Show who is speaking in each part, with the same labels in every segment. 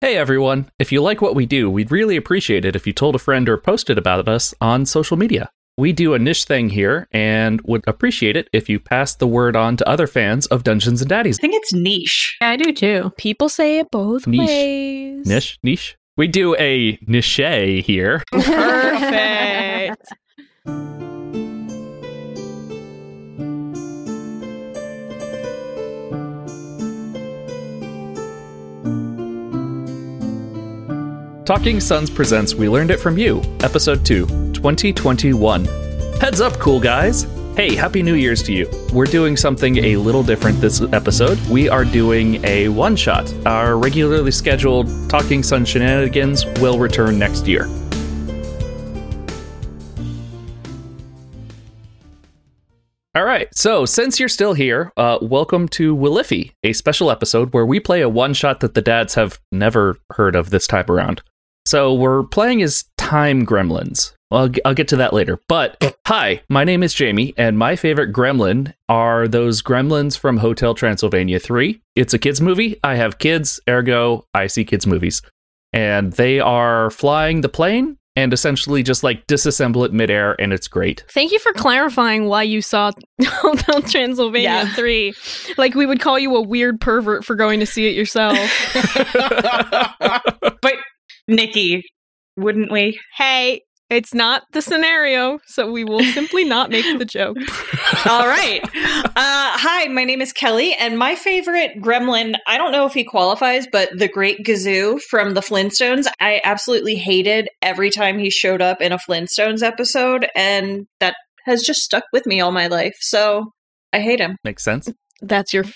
Speaker 1: Hey everyone! If you like what we do, we'd really appreciate it if you told a friend or posted about us on social media. We do a niche thing here and would appreciate it if you passed the word on to other fans of Dungeons and Daddies.
Speaker 2: I think it's niche.
Speaker 3: I do too.
Speaker 4: People say it both
Speaker 1: Niche.
Speaker 4: ways.
Speaker 1: Niche? Niche? We do a niche here.
Speaker 2: Perfect.
Speaker 1: Talking Sons presents We Learned It From You, Episode 2, 2021. Heads up, cool guys! Hey, Happy New Year's to you. We're doing something a little different this episode. We are doing a one shot. Our regularly scheduled Talking Sun shenanigans will return next year. All right, so since you're still here, uh, welcome to Williffy, a special episode where we play a one shot that the dads have never heard of this time around. So we're playing as time gremlins. I'll, I'll get to that later. But hi, my name is Jamie, and my favorite gremlin are those gremlins from Hotel Transylvania 3. It's a kids' movie. I have kids, ergo, I see kids' movies. And they are flying the plane and essentially just like disassemble it midair, and it's great.
Speaker 3: Thank you for clarifying why you saw Hotel Transylvania
Speaker 2: Yeah.
Speaker 3: 3. Like, we would call you a weird pervert for going to see it yourself.
Speaker 2: Nikki, wouldn't we?
Speaker 3: hey, it's not the scenario, so we will simply not make the joke.
Speaker 2: All right. Uh, hi, my name is Kelly, and my favorite gremlin, I don't know if he qualifies, but the Great Gazoo from the Flintstones. I absolutely hated every time he showed up in a Flintstones episode, and that has just stuck with me all my life. So I hate him.
Speaker 1: Makes sense.
Speaker 3: That's your f-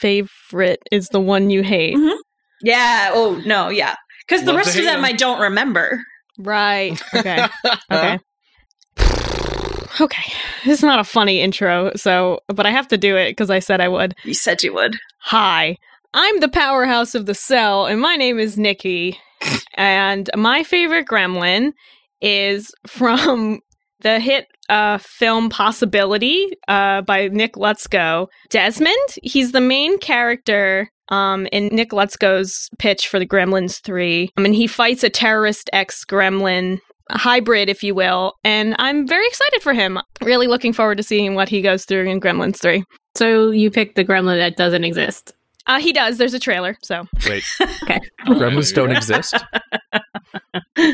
Speaker 3: favorite, is the one you hate.
Speaker 2: Mhm. Yeah. Oh, no. Yeah. Because the
Speaker 5: Love to
Speaker 2: rest of
Speaker 5: hate
Speaker 2: them
Speaker 5: him.
Speaker 2: I don't remember.
Speaker 3: Right. Okay. Okay. okay. This is not a funny intro, so, but I have to do it because I said I would.
Speaker 2: You said you would.
Speaker 3: Hi, I'm the powerhouse of the cell, and my name is Nikki. and my favorite gremlin is from the hit uh, film Possibility uh, by Nick Lutzko. Desmond, he's the main character. Um, in Nick Lutzko's pitch for the Gremlins 3. I mean, he fights a terrorist ex gremlin hybrid, if you will, and I'm very excited for him. Really looking forward to seeing what he goes through in Gremlins 3.
Speaker 6: So you picked the gremlin that doesn't exist.
Speaker 3: Uh, he does. There's a trailer, so.
Speaker 5: Wait.
Speaker 1: Gremlins don't exist.
Speaker 5: Yeah, we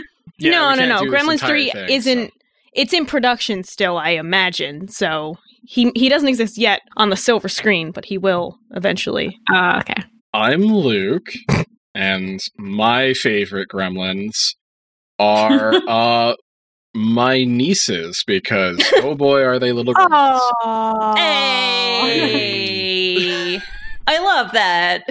Speaker 3: no,
Speaker 5: can't
Speaker 3: no, no.
Speaker 5: do this
Speaker 3: Gremlins
Speaker 5: entire
Speaker 3: Three
Speaker 5: thing,
Speaker 3: isn't. It's in production still, I imagine. So he he doesn't exist yet on the silver screen, but he will eventually.
Speaker 6: Oh, okay.
Speaker 5: I'm Luke, and my favorite gremlins are uh my nieces because oh boy are they little gremlins.
Speaker 2: Hey. I love that.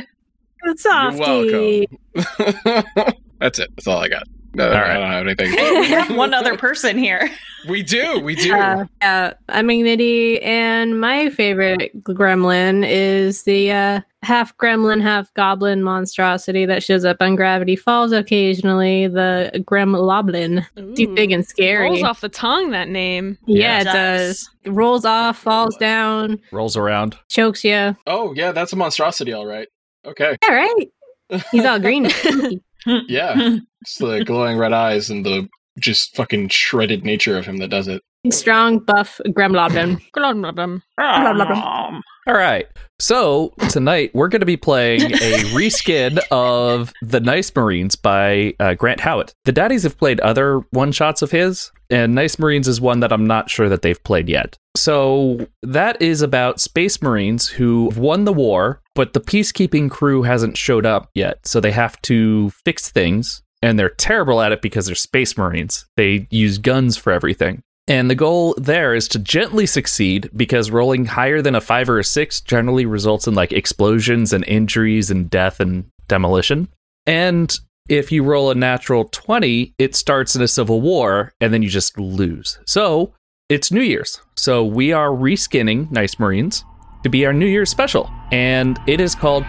Speaker 5: You're
Speaker 6: uh,
Speaker 5: welcome. That's it. That's all I got. No,
Speaker 1: All
Speaker 5: I
Speaker 1: right.
Speaker 5: don't have anything.
Speaker 2: we have one other person here.
Speaker 5: we do, we do.
Speaker 6: Uh, yeah, I'm Ignity, and my favorite gremlin is the uh, half gremlin, half goblin monstrosity that shows up on Gravity Falls occasionally. The gremloblin, too big and scary.
Speaker 3: rolls off the tongue. That name.
Speaker 6: Yeah, it
Speaker 2: Yeah.
Speaker 6: does. It rolls off, falls down,
Speaker 1: Rolls around.
Speaker 6: chokes you.
Speaker 5: oh yeah, that's a monstrosity, all right. Okay.
Speaker 6: All right, he's all green. and spooky.
Speaker 5: Yeah. it's the glowing red eyes and the just fucking shredded nature of him that does it.
Speaker 6: Strong, buff gremloblin.
Speaker 3: Glum, glum, glum.
Speaker 6: Blah, blah, blah.
Speaker 1: All right. So tonight we're going to be playing a reskin of The Nice Marines by uh, Grant Howitt. The Daddies have played other one shots of his, and Nice Marines is one that I'm not sure that they've played yet. So that is about Space Marines who won the war, but the peacekeeping crew hasn't showed up yet. So they have to fix things, and they're terrible at it because they're Space Marines. They use guns for everything. And the goal there is to gently succeed because rolling higher than a five or a six generally results in like explosions and injuries and death and demolition. And if you roll a natural 20, it starts in a civil war and then you just lose. So it's New Year's. So we are reskinning Nice Marines to be our New Year's special. and it is called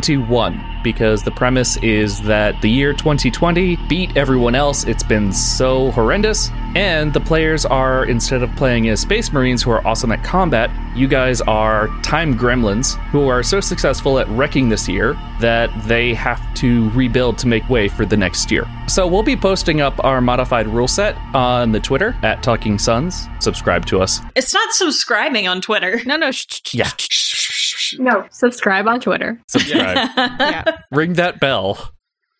Speaker 1: 2021 because the premise is that the year 2020 beat everyone else. It's been so horrendous. And the players are, instead of playing as Space Marines who are awesome at combat, you guys are time gremlins who are so successful at wrecking this year that they have to rebuild to make way for the next year. So we'll be posting up our modified rule set on the Twitter at Talking Suns. Subscribe to us.
Speaker 2: It's not subscribing on Twitter.
Speaker 3: No, no. Sh- sh-
Speaker 1: Yeah.
Speaker 3: sh-
Speaker 6: No, subscribe on Twitter.
Speaker 1: Subscribe.
Speaker 3: yeah.
Speaker 1: Ring that bell.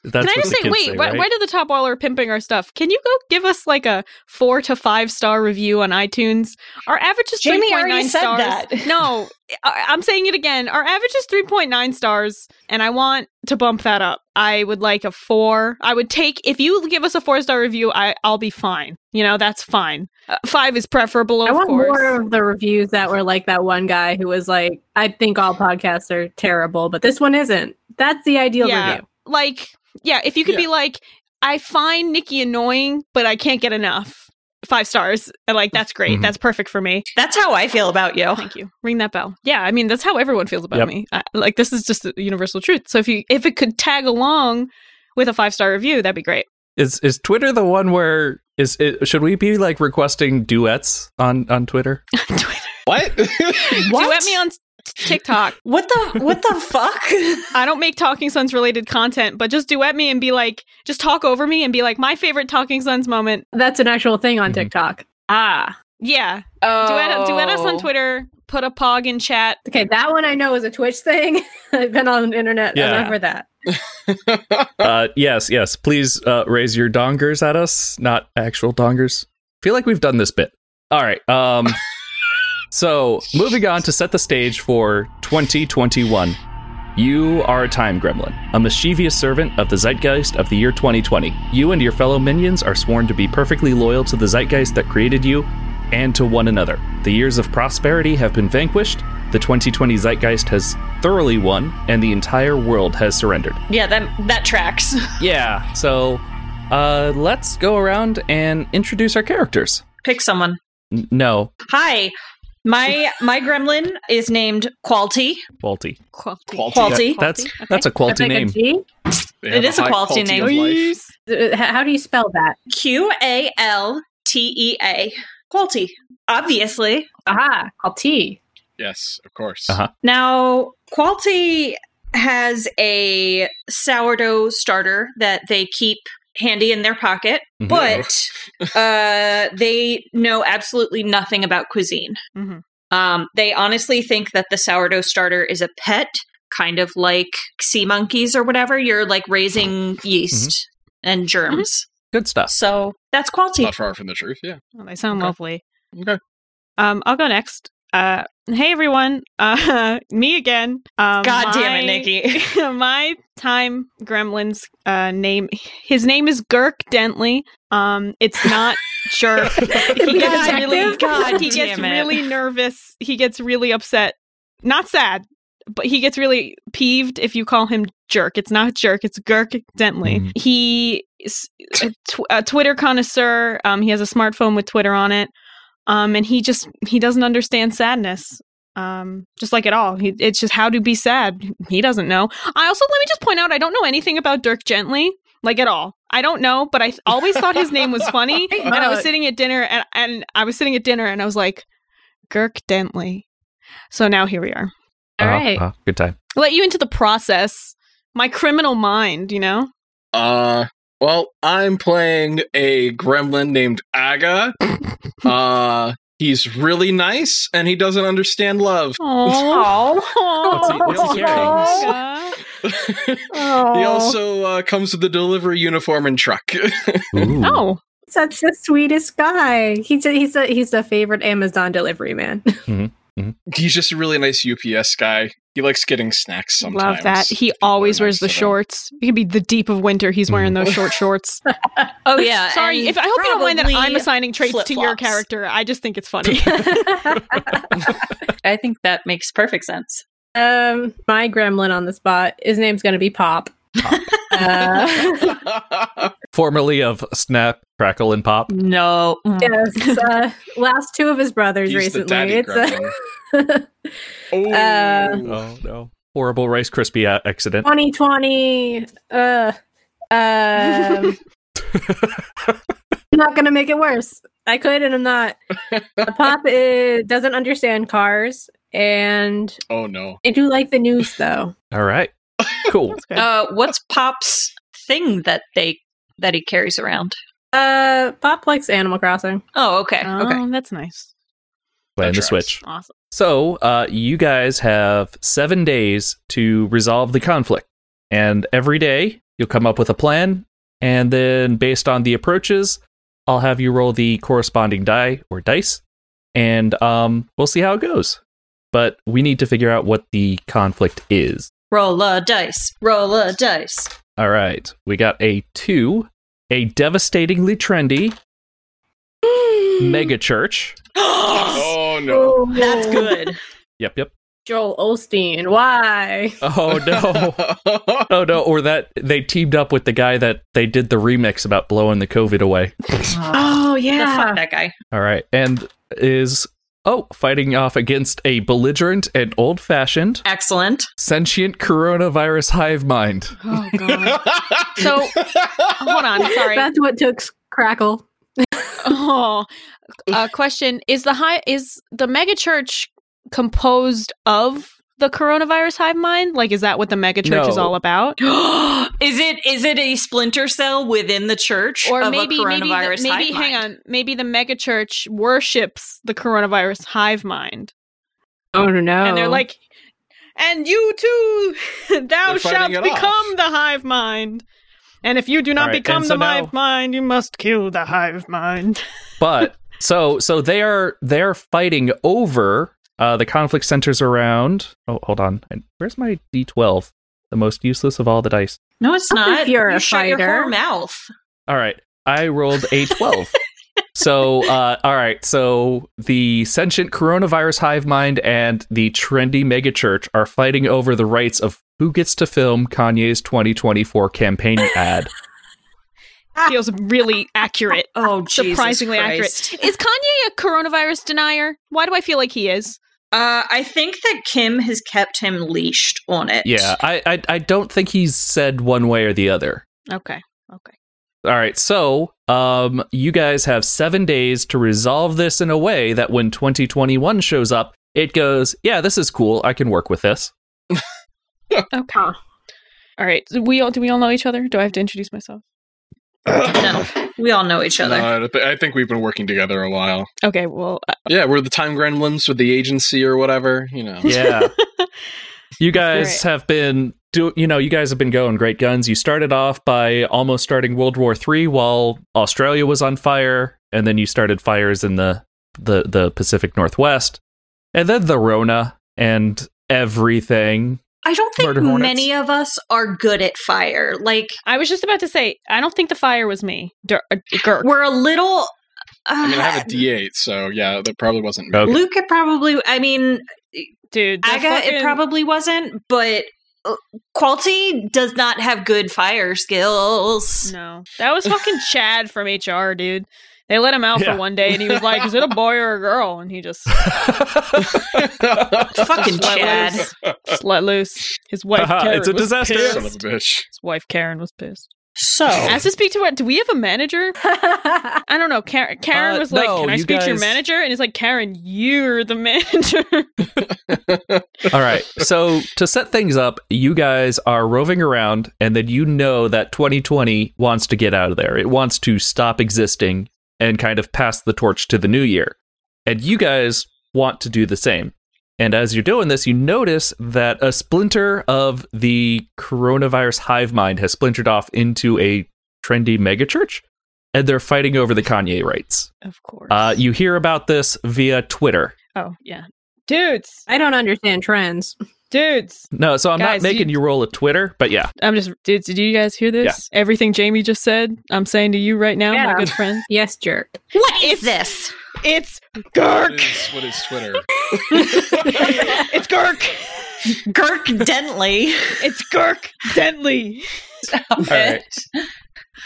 Speaker 1: That's
Speaker 3: Can I
Speaker 1: what
Speaker 3: just
Speaker 1: the
Speaker 3: say,
Speaker 1: kids
Speaker 3: wait, why,
Speaker 1: right?
Speaker 3: why do the top while are pimping our stuff? Can you go give us like a four to five star review on iTunes? Our average is
Speaker 2: Jamie
Speaker 3: 3.9
Speaker 2: already said
Speaker 3: stars.
Speaker 2: that.
Speaker 3: No, I- I'm saying it again. Our average is 3.9 stars, and I want to bump that up. I would like a four. I would take, if you give us a four star review, I, I'll be fine. You know, that's fine. Uh, five is preferable, of
Speaker 6: I want
Speaker 3: course.
Speaker 6: more of the reviews that were like that one guy who was like, I think all podcasts are terrible, but this one isn't. That's the ideal
Speaker 3: Yeah.
Speaker 6: review.
Speaker 3: like yeah if you could be like i find nikki annoying but i can't get enough five stars and like that's great
Speaker 1: Mhm.
Speaker 3: that's perfect for me
Speaker 2: That's how I feel about you.
Speaker 3: thank you ring that bell yeah i mean that's how everyone feels about
Speaker 1: Yep.
Speaker 3: me I, like this is just the universal truth so if you if it could tag along with a five star review that'd be great
Speaker 1: Is is Twitter the one where is it, should we be like requesting duets on on Twitter?
Speaker 3: Twitter.
Speaker 5: What?
Speaker 3: duet me on tiktok
Speaker 2: What the what the fuck?
Speaker 3: i don't make talking sons related content but just duet me and be like just talk over me and be like my favorite talking sons moment
Speaker 6: That's an actual thing on
Speaker 1: Mhm.
Speaker 6: TikTok. Ah.
Speaker 3: yeah duet, duet us
Speaker 2: Oh.
Speaker 3: on twitter put a pog in chat
Speaker 6: Okay, that one I know is a Twitch thing. I've been on the internet
Speaker 1: Yeah.
Speaker 6: enough for that.
Speaker 1: Uh, yes, yes. Please uh, raise your dongers at us, not actual dongers. Feel like we've done this bit. All right. Um, so moving on to set the stage for 2021. You are a time gremlin, a mischievous servant of the zeitgeist of the year 2020. You and your fellow minions are sworn to be perfectly loyal to the zeitgeist that created you and to one another. The years of prosperity have been vanquished, the 2020 zeitgeist has thoroughly won, and the entire world has surrendered.
Speaker 2: yeah, that that tracks.
Speaker 1: Yeah. So, uh, let's go around and introduce our characters.
Speaker 2: Pick someone.
Speaker 1: N- no,
Speaker 2: Hi. My my gremlin is named Qualty.
Speaker 1: Qualty.
Speaker 3: Quality.
Speaker 5: Quality.
Speaker 2: Quality.
Speaker 1: That's that's a quality
Speaker 6: I pick a
Speaker 1: name.
Speaker 6: G?
Speaker 5: They have
Speaker 2: It is a
Speaker 5: high
Speaker 2: quality name.
Speaker 5: of life.
Speaker 6: Uh, h- How do you spell that?
Speaker 2: Q A L T E A. Qualty. Obviously.
Speaker 6: Aha, called T.
Speaker 5: Yes, of course.
Speaker 1: Uh-huh.
Speaker 2: Now, Qualty has a sourdough starter that they keep handy in their pocket,
Speaker 1: Mhm.
Speaker 2: but uh, they know absolutely nothing about cuisine.
Speaker 3: Mhm.
Speaker 2: Um, they honestly think that the sourdough starter is a pet, kind of like sea monkeys or whatever. You're like raising yeast and germs.
Speaker 1: Good stuff.
Speaker 2: So that's Qualty.
Speaker 5: Not far from the truth, yeah.
Speaker 3: Oh, they sound
Speaker 5: Okay.
Speaker 3: lovely.
Speaker 5: Okay.
Speaker 3: Um, I'll go next. Uh, hey everyone. Uh, me again. Um,
Speaker 2: God damn it,
Speaker 3: my-
Speaker 2: Nikki.
Speaker 3: my time gremlin's uh name his name is Girk Dentley. Um, it's not jerk.
Speaker 6: Be
Speaker 3: He
Speaker 6: a
Speaker 3: gets really
Speaker 6: detective?
Speaker 2: God
Speaker 3: he gets
Speaker 2: damn it.
Speaker 3: really nervous. He gets really upset. Not sad, but he gets really peeved if you call him jerk. It's not jerk. It's Girk Dentley.
Speaker 1: Mhm.
Speaker 3: He is a, tw- a Twitter connoisseur. Um, he has a smartphone with Twitter on it. Um, and he just he doesn't understand sadness. Um, just like at all. He, it's just how to be sad. He doesn't know. I also let me just point out I don't know anything about Dirk Gently like at all. I don't know, but I th- always thought his name was funny.
Speaker 6: Hey,
Speaker 3: and I
Speaker 5: uh,
Speaker 3: was
Speaker 6: Mug.
Speaker 3: sitting at dinner and, and I was sitting at dinner and I was like, Girk Dentley. So now here we are.
Speaker 6: All right.
Speaker 1: Uh, uh, good time.
Speaker 3: Let you into the process. My criminal mind, you know?
Speaker 5: Uh well, I'm playing a gremlin named Aga. uh he's really nice and he doesn't understand love.
Speaker 1: Uh-huh.
Speaker 3: Oh.
Speaker 1: What's he- what's he carrying?
Speaker 5: He
Speaker 6: Oh,
Speaker 5: also uh, comes with the delivery uniform and truck.
Speaker 1: Ooh.
Speaker 3: Oh,
Speaker 6: such the sweetest guy. He's a, he's a, he's a favorite Amazon delivery man.
Speaker 5: he's just a really nice UPS guy. He likes getting snacks sometimes.
Speaker 3: love that. He
Speaker 5: People are
Speaker 3: always wears
Speaker 5: nice
Speaker 3: the
Speaker 5: to them. Mm-hmm.
Speaker 3: shorts. It could be the deep of winter. He's wearing those short shorts.
Speaker 2: Oh
Speaker 5: Uh,
Speaker 2: yeah.
Speaker 3: Sorry,
Speaker 2: and
Speaker 3: if I hope you don't mind that
Speaker 2: probably-
Speaker 3: I'm assigning traits to your
Speaker 2: flip-flops.
Speaker 3: character. I just think it's funny.
Speaker 2: I think that makes perfect sense.
Speaker 6: um, my gremlin on the spot. His name's gonna be Pop. Uh,
Speaker 1: formerly of Snap, Crackle, and Pop.
Speaker 2: No. Mm.
Speaker 6: Yes, uh, last two of his brothers
Speaker 5: He's the
Speaker 6: recently.
Speaker 5: daddy
Speaker 6: It's uh,
Speaker 5: gremlin.
Speaker 6: a
Speaker 5: Oh,
Speaker 6: Uh,
Speaker 3: Um,
Speaker 1: Oh no! Horrible Rice Krispie a- accident.
Speaker 6: 2020. Uh, um, I'm not gonna make it worse. I could, and I'm not. The Pop is, doesn't understand cars, and
Speaker 5: oh no.
Speaker 6: I do like the news though.
Speaker 1: All right, cool.
Speaker 3: That's good.
Speaker 2: Uh, what's Pop's thing that they that he carries around?
Speaker 6: Uh, Pop likes Animal Crossing.
Speaker 2: Oh, okay, okay.
Speaker 3: Oh, that's nice.
Speaker 1: Playing the
Speaker 5: tracks.
Speaker 1: Switch.
Speaker 3: Awesome.
Speaker 1: So, uh, you guys have seven days to resolve the conflict. And every day, you'll come up with a plan. And then, based on the approaches, I'll have you roll the corresponding die or dice. And um, we'll see how it goes. But we need to figure out what the conflict is.
Speaker 2: Roll a dice. Roll a dice.
Speaker 1: All right. We got a two, a devastatingly trendy mega church.
Speaker 5: Oh no.
Speaker 2: That's good.
Speaker 1: Yep, yep.
Speaker 6: Joel Olstein. Why?
Speaker 1: Oh, no. Oh no, or that they teamed up with the guy that they did the remix about blowing the COVID away.
Speaker 6: Oh
Speaker 2: Yeah,
Speaker 6: yeah.
Speaker 2: fuck that guy.
Speaker 1: All right. And is oh, fighting off against a belligerent and old fashioned
Speaker 2: Excellent.
Speaker 1: sentient coronavirus hive mind.
Speaker 3: Oh god. So- Hold on. Sorry.
Speaker 6: That's what took s- Crackle.
Speaker 3: oh, uh, question: Is the high is the mega church composed of the coronavirus hive mind? Like, is that what the mega church is
Speaker 1: No.
Speaker 3: all about?
Speaker 2: is it is it a splinter cell within the church,
Speaker 3: Or
Speaker 2: of a
Speaker 3: maybe maybe the,
Speaker 2: coronavirus
Speaker 3: maybe
Speaker 2: hive
Speaker 3: hang
Speaker 2: mind?
Speaker 3: on maybe the mega church worships the coronavirus hive mind,
Speaker 6: Oh no!
Speaker 3: and they're like, and you too, thou
Speaker 5: They're
Speaker 3: shalt
Speaker 5: fighting it
Speaker 3: become
Speaker 5: off.
Speaker 3: the hive mind. And if you do not
Speaker 1: All right,
Speaker 3: become
Speaker 1: and
Speaker 3: the
Speaker 1: so now-
Speaker 3: hive mind, you must kill the hive mind.
Speaker 1: But so so they are they're fighting over uh the conflict centers around oh hold on. And where's my D twelve? The most useless of all the dice.
Speaker 2: No, it's
Speaker 6: Not
Speaker 2: not.
Speaker 6: if you're
Speaker 2: you
Speaker 6: a
Speaker 2: shut your
Speaker 6: fighter.
Speaker 2: whore mouth.
Speaker 1: All right. I rolled a 12. so, uh, all right. So the sentient coronavirus hive mind and the trendy megachurch are fighting over the rights of who gets to film Kanye's 2024 campaign ad.
Speaker 2: Ah.
Speaker 3: Feels really accurate.
Speaker 2: Oh, Jesus
Speaker 3: Uh, Surprisingly accurate.
Speaker 2: Christ.
Speaker 3: Is Kanye a coronavirus denier? Why do I feel like he is?
Speaker 2: Uh, I think that Kim has kept him leashed on it.
Speaker 1: yeah. I, I, I don't think he's said one way or the other.
Speaker 3: Okay. Okay.
Speaker 1: All right. So, um, you guys have seven days to resolve this in a way that when 2021 shows up, it goes, yeah, this is cool. I can work with this.
Speaker 3: Okay. All right. So we all do we all know each other? Do I have to introduce myself?
Speaker 2: No, we all know each
Speaker 5: No,
Speaker 2: other.
Speaker 5: I th- I think we've been working together a while.
Speaker 3: Okay. Well, uh,
Speaker 5: Yeah, we're the time gremlins with the agency or whatever, you know.
Speaker 1: Yeah. you
Speaker 3: Great.
Speaker 1: guys have been do you know, you guys have been going great guns. You started off by almost starting World War Three while Australia was on fire, and then you started fires in the the, the Pacific Northwest. And then the Rona and everything.
Speaker 2: I don't think
Speaker 1: Murder hornets.
Speaker 2: many of us are good at fire. Like
Speaker 3: I was just about to say I don't think the fire was me. Dur- uh, Gurk.
Speaker 2: we're a little. Uh,
Speaker 5: I mean, I have a D8, so yeah, that probably wasn't me.
Speaker 1: Okay.
Speaker 2: Luke, it probably. I mean,
Speaker 3: dude. the
Speaker 2: Aga, it
Speaker 3: fucking-
Speaker 2: probably wasn't. But uh, Qualty does not have good fire skills.
Speaker 3: No, that was fucking Chad from HR, dude. They let him out
Speaker 1: Yeah.
Speaker 3: for one day, and he was like, "Is it a boy or a girl?" And he just
Speaker 2: Fucking
Speaker 3: let
Speaker 2: Chad.
Speaker 3: loose. just let loose. His wife.
Speaker 1: Haha,
Speaker 3: Karen
Speaker 1: Uh-huh, it's a
Speaker 3: was
Speaker 1: disaster. Oh.
Speaker 3: pissed.
Speaker 5: Son of a bitch.
Speaker 3: His wife Karen was pissed.
Speaker 2: So
Speaker 3: Asked to speak to what? Do we have a manager? I don't know. Karen, Karen
Speaker 1: Uh,
Speaker 3: was like,
Speaker 1: no,
Speaker 3: "Can I
Speaker 1: you
Speaker 3: speak to your
Speaker 1: guys-
Speaker 3: manager?" And it's like, "Karen, you're the manager."
Speaker 1: All right. So to set things up, you guys are roving around, and then you know that 2020 wants to get out of there. It wants to stop existing and kind of pass the torch to the new year. And you guys want to do the same. And as you're doing this, you notice that a splinter of the coronavirus hive mind has splintered off into a trendy megachurch, and they're fighting over the Kanye rights.
Speaker 3: of course.
Speaker 1: Uh, you hear about this via Twitter.
Speaker 3: oh yeah, dudes,
Speaker 6: I don't understand trends.
Speaker 3: dudes.
Speaker 1: No, so I'm
Speaker 3: Guys,
Speaker 1: not
Speaker 3: you-
Speaker 1: making you roll a Twitter, but yeah.
Speaker 3: I'm just dudes. Did you guys hear this? Everything Jamie just said, I'm saying to you right now,
Speaker 6: Yeah.
Speaker 3: my good friend.
Speaker 6: Yes, jerk.
Speaker 2: what
Speaker 3: It's-
Speaker 2: is this?
Speaker 3: It's
Speaker 5: What
Speaker 3: Gurk.
Speaker 5: is, what is Twitter?
Speaker 3: it's Gurk.
Speaker 2: Girk Dentley.
Speaker 3: It's Gurk Dentley.
Speaker 1: All right.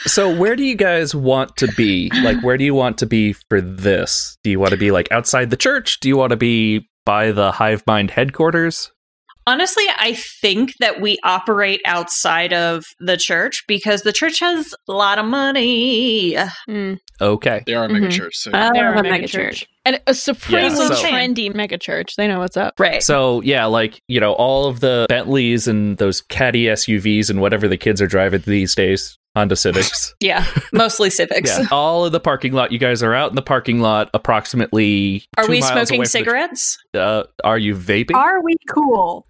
Speaker 1: So, where do you guys want to be? Like, where do you want to be for this? Do you want to be like outside the church? Do you want to be by the Hive Mind headquarters?
Speaker 2: Honestly, I think that we operate outside of the church because the church has a lot of money. Hmm.
Speaker 3: Mm.
Speaker 1: Okay.
Speaker 5: They are a
Speaker 6: Mhm.
Speaker 3: Mm-hmm.
Speaker 5: megachurch. So
Speaker 1: Oh,
Speaker 6: I
Speaker 3: They're
Speaker 6: love
Speaker 3: a
Speaker 6: a
Speaker 3: mega
Speaker 6: megachurch.
Speaker 3: And a supremely
Speaker 1: Yeah, so-
Speaker 3: trendy megachurch. They know what's up.
Speaker 2: Right.
Speaker 1: So, yeah, like, you know, all of the Bentleys and those catty SUVs and whatever the kids are driving these days, Honda Civics.
Speaker 2: yeah. Mostly civics.
Speaker 1: yeah. All of the parking lot. You guys are out in the parking lot approximately.
Speaker 2: Are
Speaker 1: two
Speaker 2: we
Speaker 1: miles away from
Speaker 2: smoking
Speaker 1: the-
Speaker 2: cigarettes?
Speaker 1: uh, are you vaping?
Speaker 4: Are we cool?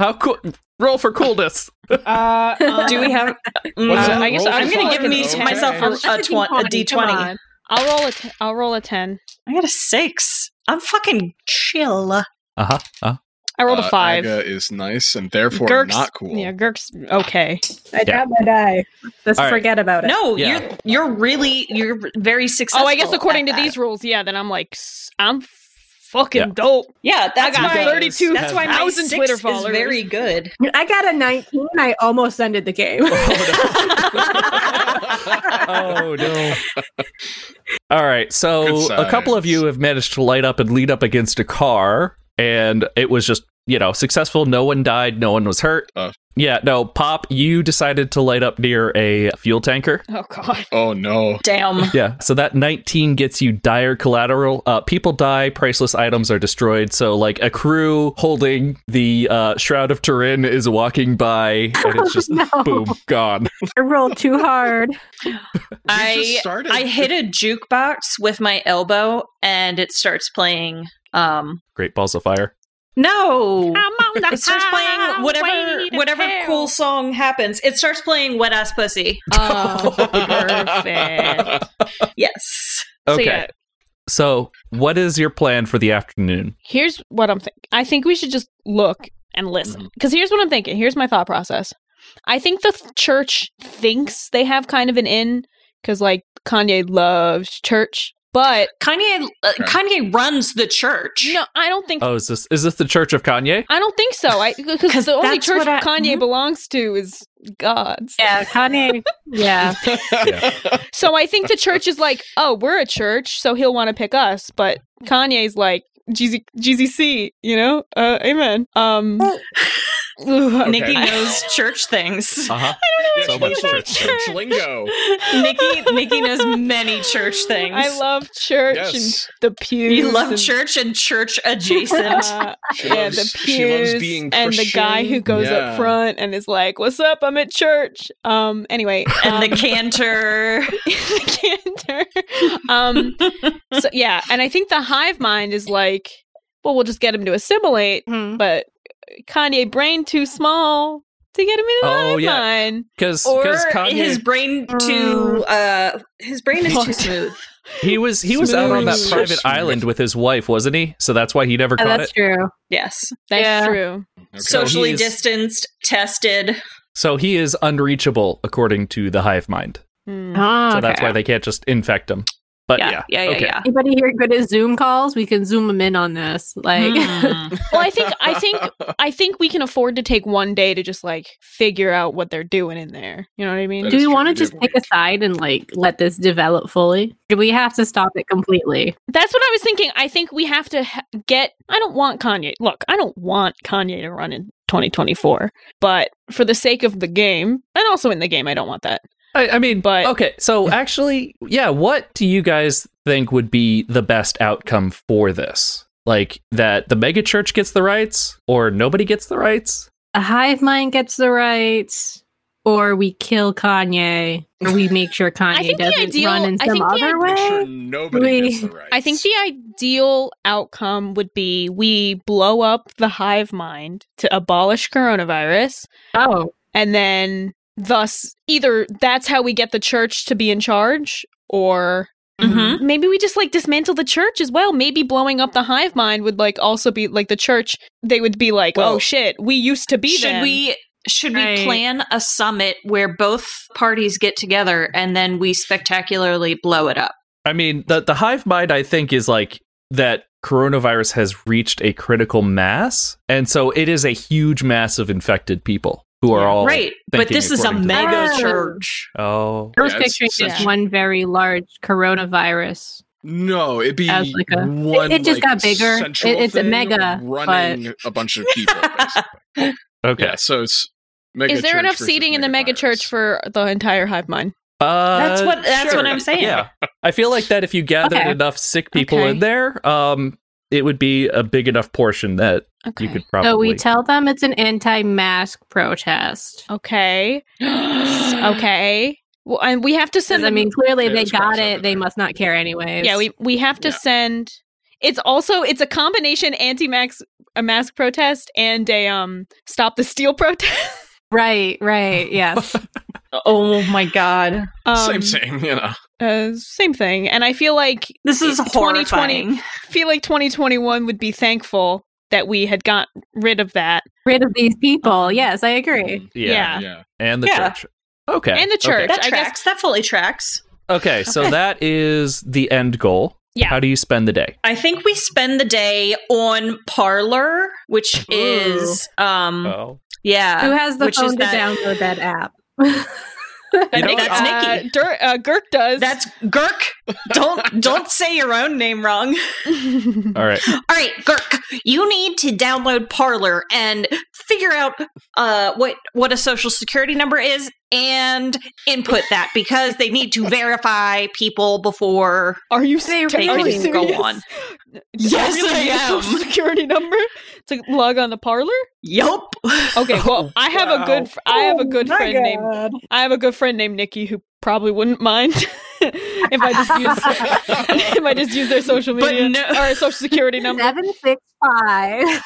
Speaker 1: How cool. Roll for coolness.
Speaker 3: Uh,
Speaker 2: Do we have?
Speaker 5: What's
Speaker 2: Mm,
Speaker 5: that?
Speaker 3: I guess
Speaker 5: Roll
Speaker 3: I'm
Speaker 5: for
Speaker 3: gonna give
Speaker 5: fucking
Speaker 3: me
Speaker 5: okay.
Speaker 2: myself a- a twen- a D20.
Speaker 3: I'll roll a t- I'll roll a ten.
Speaker 2: I got a six. I'm fucking chill.
Speaker 1: Uh huh.
Speaker 3: I rolled
Speaker 5: uh,
Speaker 3: a five.
Speaker 5: Aga is nice and therefore
Speaker 3: Gurk's-
Speaker 5: not cool.
Speaker 3: Yeah, Gurk's okay.
Speaker 4: I dropped my die. Let's
Speaker 1: All right.
Speaker 4: forget about it.
Speaker 2: No,
Speaker 1: Yeah.
Speaker 2: you're you're really you're very successful.
Speaker 3: oh, I guess according to
Speaker 2: at that.
Speaker 3: these rules, yeah. Then I'm like, s- I'm fucking
Speaker 1: Yeah.
Speaker 3: dope.
Speaker 2: yeah, that's
Speaker 3: I
Speaker 1: got
Speaker 2: why
Speaker 3: 32
Speaker 2: That's why my
Speaker 3: thousand
Speaker 2: six
Speaker 3: Twitter
Speaker 2: is
Speaker 3: followers.
Speaker 2: very good.
Speaker 4: I got a 19. I almost ended the game.
Speaker 1: oh no. All right, so
Speaker 5: Good
Speaker 1: a couple of
Speaker 5: signs.
Speaker 1: you have managed to light up and lean up against a car, and it was just you know successful. No one died, no one was hurt.
Speaker 5: Oh.
Speaker 1: Yeah, no, Pop, you decided to light up near a fuel tanker.
Speaker 3: Oh god.
Speaker 5: Oh no.
Speaker 2: Damn.
Speaker 1: Yeah, so that 19 gets you dire collateral. Uh, people die, priceless items are destroyed. So, like, a crew holding the uh, Shroud of Turin is walking by, and it's just
Speaker 3: Oh,
Speaker 4: no.
Speaker 1: boom, gone.
Speaker 4: I rolled too hard.
Speaker 5: You
Speaker 2: I
Speaker 5: just started.
Speaker 2: I hit a jukebox with my elbow and it starts playing um
Speaker 1: Great balls of fire.
Speaker 2: no.
Speaker 3: I'm on the
Speaker 2: It starts playing whatever
Speaker 3: highway to
Speaker 2: whatever
Speaker 3: hell.
Speaker 2: cool song happens. It starts playing wet ass pussy.
Speaker 3: Oh, perfect.
Speaker 2: Yes.
Speaker 3: So,
Speaker 1: Okay.
Speaker 3: yeah.
Speaker 1: So, what is your plan for the afternoon?
Speaker 3: Here's what I'm thinking. I think we should just look and listen.
Speaker 1: Mm-hmm.
Speaker 3: Because here's what I'm thinking. Here's my thought process. I think the th- church thinks they have kind of an in because, like, Kanye loves church. But
Speaker 2: Kanye uh,
Speaker 5: Okay.
Speaker 2: Kanye runs the church.
Speaker 3: no, I don't think.
Speaker 1: Oh, is this is this the Church of Kanye?
Speaker 3: I don't think so. I because
Speaker 2: 'Cause
Speaker 3: the only
Speaker 2: that's
Speaker 3: church
Speaker 2: what I-
Speaker 3: Kanye
Speaker 2: Mhm.
Speaker 3: belongs to is God's.
Speaker 6: Yeah, Kanye. yeah.
Speaker 3: So I think the church is like, oh, we're a church, so he'll want to pick us. But Kanye's like, GZ, GZC, you know? Uh, amen. Um, ugh,
Speaker 5: Nick-
Speaker 2: Nikki
Speaker 5: Okay.
Speaker 2: knows church things.
Speaker 1: Uh huh.
Speaker 5: Yeah,
Speaker 1: So
Speaker 5: she
Speaker 1: much
Speaker 5: knows about
Speaker 1: church.
Speaker 5: church lingo.
Speaker 2: Nikki Nikki knows many church things.
Speaker 3: I love church
Speaker 5: Yes.
Speaker 3: and the pews.
Speaker 2: you love
Speaker 3: and,
Speaker 2: church and church adjacent.
Speaker 3: uh,
Speaker 5: She
Speaker 3: yeah,
Speaker 5: loves,
Speaker 3: the
Speaker 5: she
Speaker 3: pews
Speaker 5: loves being
Speaker 3: and the guy who
Speaker 5: Christian.
Speaker 3: goes
Speaker 5: Yeah.
Speaker 3: up front and is like, "What's up? I'm at church." Um. Anyway,
Speaker 2: and the
Speaker 3: um,
Speaker 2: cantor.
Speaker 3: the cantor. Um. So yeah, and I think the hive mind is like, well, we'll just get him to assimilate,
Speaker 6: Hmm.
Speaker 3: but Kanye brain too small to get him in the
Speaker 1: Oh,
Speaker 3: hive
Speaker 1: yeah.
Speaker 3: mind.
Speaker 1: Because
Speaker 2: or
Speaker 1: Kanye
Speaker 2: his brain too uh his brain is too
Speaker 3: Fucked.
Speaker 2: smooth
Speaker 1: he was he was out on that
Speaker 5: Smooth.
Speaker 1: private
Speaker 5: Smooth.
Speaker 1: island with his wife, wasn't he? So that's why he never
Speaker 6: Oh,
Speaker 1: caught
Speaker 6: that's
Speaker 1: it.
Speaker 6: true.
Speaker 2: yes
Speaker 3: That's
Speaker 6: Yeah.
Speaker 3: true.
Speaker 5: Okay.
Speaker 2: socially
Speaker 1: he's-
Speaker 2: distanced tested
Speaker 1: So he is unreachable according to the hive mind.
Speaker 3: Hmm.
Speaker 6: Ah,
Speaker 1: So that's
Speaker 6: okay.
Speaker 1: why they can't just infect him. But Uh, yeah,
Speaker 2: yeah yeah yeah,
Speaker 1: okay.
Speaker 2: yeah.
Speaker 6: Anybody here good at Zoom calls? We can zoom them in on this. Like,
Speaker 2: Hmm.
Speaker 3: Well, I think I think I think we can afford to take one day to just like figure out what they're doing in there. You know what I mean?
Speaker 5: That
Speaker 6: do
Speaker 5: is
Speaker 6: we
Speaker 5: true,
Speaker 6: want
Speaker 5: we
Speaker 6: to
Speaker 5: do
Speaker 6: just
Speaker 5: have a
Speaker 6: pick a
Speaker 5: week.
Speaker 6: side and like let this develop fully? Do we have to stop it completely?
Speaker 3: That's what I was thinking. I think we have to ha- get. I don't want Kanye. Look, I don't want Kanye to run in 2024, but for the sake of the game, and also in the game, I don't want that.
Speaker 1: I, I mean,
Speaker 3: But-
Speaker 1: okay. So actually, yeah. What do you guys think would be the best outcome for this? Like that the mega church gets the rights, or nobody gets the rights?
Speaker 6: A hive mind gets the rights, or we kill Kanye, or we make sure Kanye
Speaker 3: think the
Speaker 6: doesn't
Speaker 3: ideal-
Speaker 6: run in
Speaker 3: I
Speaker 6: some
Speaker 3: think the
Speaker 6: other
Speaker 5: Make
Speaker 6: way.
Speaker 5: sure nobody
Speaker 6: we-
Speaker 5: gets the rights.
Speaker 3: I think the ideal outcome would be we blow up the hive mind to abolish coronavirus,
Speaker 6: Oh,
Speaker 3: and then thus either that's how we get the church to be in charge, or
Speaker 2: Mhm.
Speaker 3: maybe we just like dismantle the church as well. Maybe blowing up the hive mind would like also be like the church. They would be like,
Speaker 1: Well-
Speaker 3: oh shit, we used to be.
Speaker 2: should
Speaker 3: them."
Speaker 2: we should
Speaker 6: Right.
Speaker 2: we plan a summit where both parties get together and then we spectacularly blow it up
Speaker 1: I mean, the the hive mind I think is like that coronavirus has reached a critical mass, and so it is a huge mass of infected people who are all
Speaker 2: right, but
Speaker 1: thinking
Speaker 2: this is a
Speaker 1: according to the-
Speaker 2: mega
Speaker 6: Oh.
Speaker 2: church.
Speaker 1: Oh,
Speaker 6: I was
Speaker 5: Yeah, it's
Speaker 6: picturing just
Speaker 5: such-
Speaker 6: one very large coronavirus.
Speaker 5: No, it'd be
Speaker 6: As like a-
Speaker 5: one.
Speaker 6: it just
Speaker 5: like,
Speaker 6: got bigger.
Speaker 5: central
Speaker 6: It- it's a
Speaker 5: thing
Speaker 6: mega,
Speaker 5: running a bunch of people. basically.
Speaker 1: okay.
Speaker 5: Yeah, so it's. Mega
Speaker 3: Is there
Speaker 5: church
Speaker 3: enough
Speaker 5: versus
Speaker 3: seating in the mega
Speaker 5: virus.
Speaker 3: church for the entire hive mind?
Speaker 1: Uh,
Speaker 2: That's what- that's what I'm saying.
Speaker 1: Yeah, I feel like that if you gathered
Speaker 6: Okay.
Speaker 1: enough sick people
Speaker 6: Okay.
Speaker 1: in there, um, it would be a big enough portion that
Speaker 3: Okay.
Speaker 1: you could probably.
Speaker 6: So we tell them it's an anti-mask protest.
Speaker 3: okay.
Speaker 2: Oh,
Speaker 3: Mm-hmm. Okay. Well, and we have to send
Speaker 6: Because I
Speaker 3: them.
Speaker 6: mean, clearly
Speaker 5: Yeah,
Speaker 6: they
Speaker 5: it's
Speaker 6: got
Speaker 5: crossover
Speaker 6: it. They
Speaker 5: there.
Speaker 6: must not care anyways.
Speaker 3: yeah, we we have to
Speaker 5: Yeah.
Speaker 3: send. It's also it's a combination anti-max a mask protest and a um stop the steal protest.
Speaker 6: right, right, yes.
Speaker 2: Oh my god,
Speaker 3: Um,
Speaker 5: Same, same, you know.
Speaker 3: Uh, same thing. And I feel like
Speaker 2: this is
Speaker 3: 2020.
Speaker 2: horrifying.
Speaker 3: feel like 2021 would be thankful that we had got rid of that
Speaker 6: Rid of these people. Yes, I agree.
Speaker 1: yeah,
Speaker 3: yeah.
Speaker 5: Mm, Yeah.
Speaker 1: and the
Speaker 2: Yeah.
Speaker 1: church. Okay,
Speaker 3: And the church.
Speaker 2: That
Speaker 3: I guess-
Speaker 2: tracks. That fully tracks.
Speaker 1: Okay, okay so that is the end goal.
Speaker 3: Yeah.
Speaker 1: How do you spend the day?
Speaker 2: I think we spend the day on Parlor, which is um
Speaker 1: Oh,
Speaker 6: Who
Speaker 2: yeah.
Speaker 6: has the
Speaker 2: Which is
Speaker 6: phone to
Speaker 2: that-
Speaker 6: download that app?
Speaker 1: You know,
Speaker 2: think that's
Speaker 1: I-
Speaker 3: uh,
Speaker 2: Nikki.
Speaker 3: Dur- uh, Girk does.
Speaker 2: That's Girk. Don't don't say your own name wrong.
Speaker 1: all right.
Speaker 2: All right, Girk, you need to download Parlor and figure out uh, what what a social security number is and input that because they need to verify people before
Speaker 3: Are you
Speaker 6: They
Speaker 3: serious? Are you
Speaker 2: really
Speaker 3: serious?
Speaker 2: go on. Yes,
Speaker 3: Really?
Speaker 2: I
Speaker 3: Your
Speaker 2: am.
Speaker 3: Social security number to log on the parlor.
Speaker 2: Yup.
Speaker 3: Okay, well, I have a good, fr- I
Speaker 2: Oh
Speaker 3: have a good friend named, I have a good friend named Nikki who probably wouldn't mind if I just use, if I just use their social
Speaker 2: But
Speaker 3: media
Speaker 2: no-
Speaker 3: or social security number.
Speaker 6: Seven six five.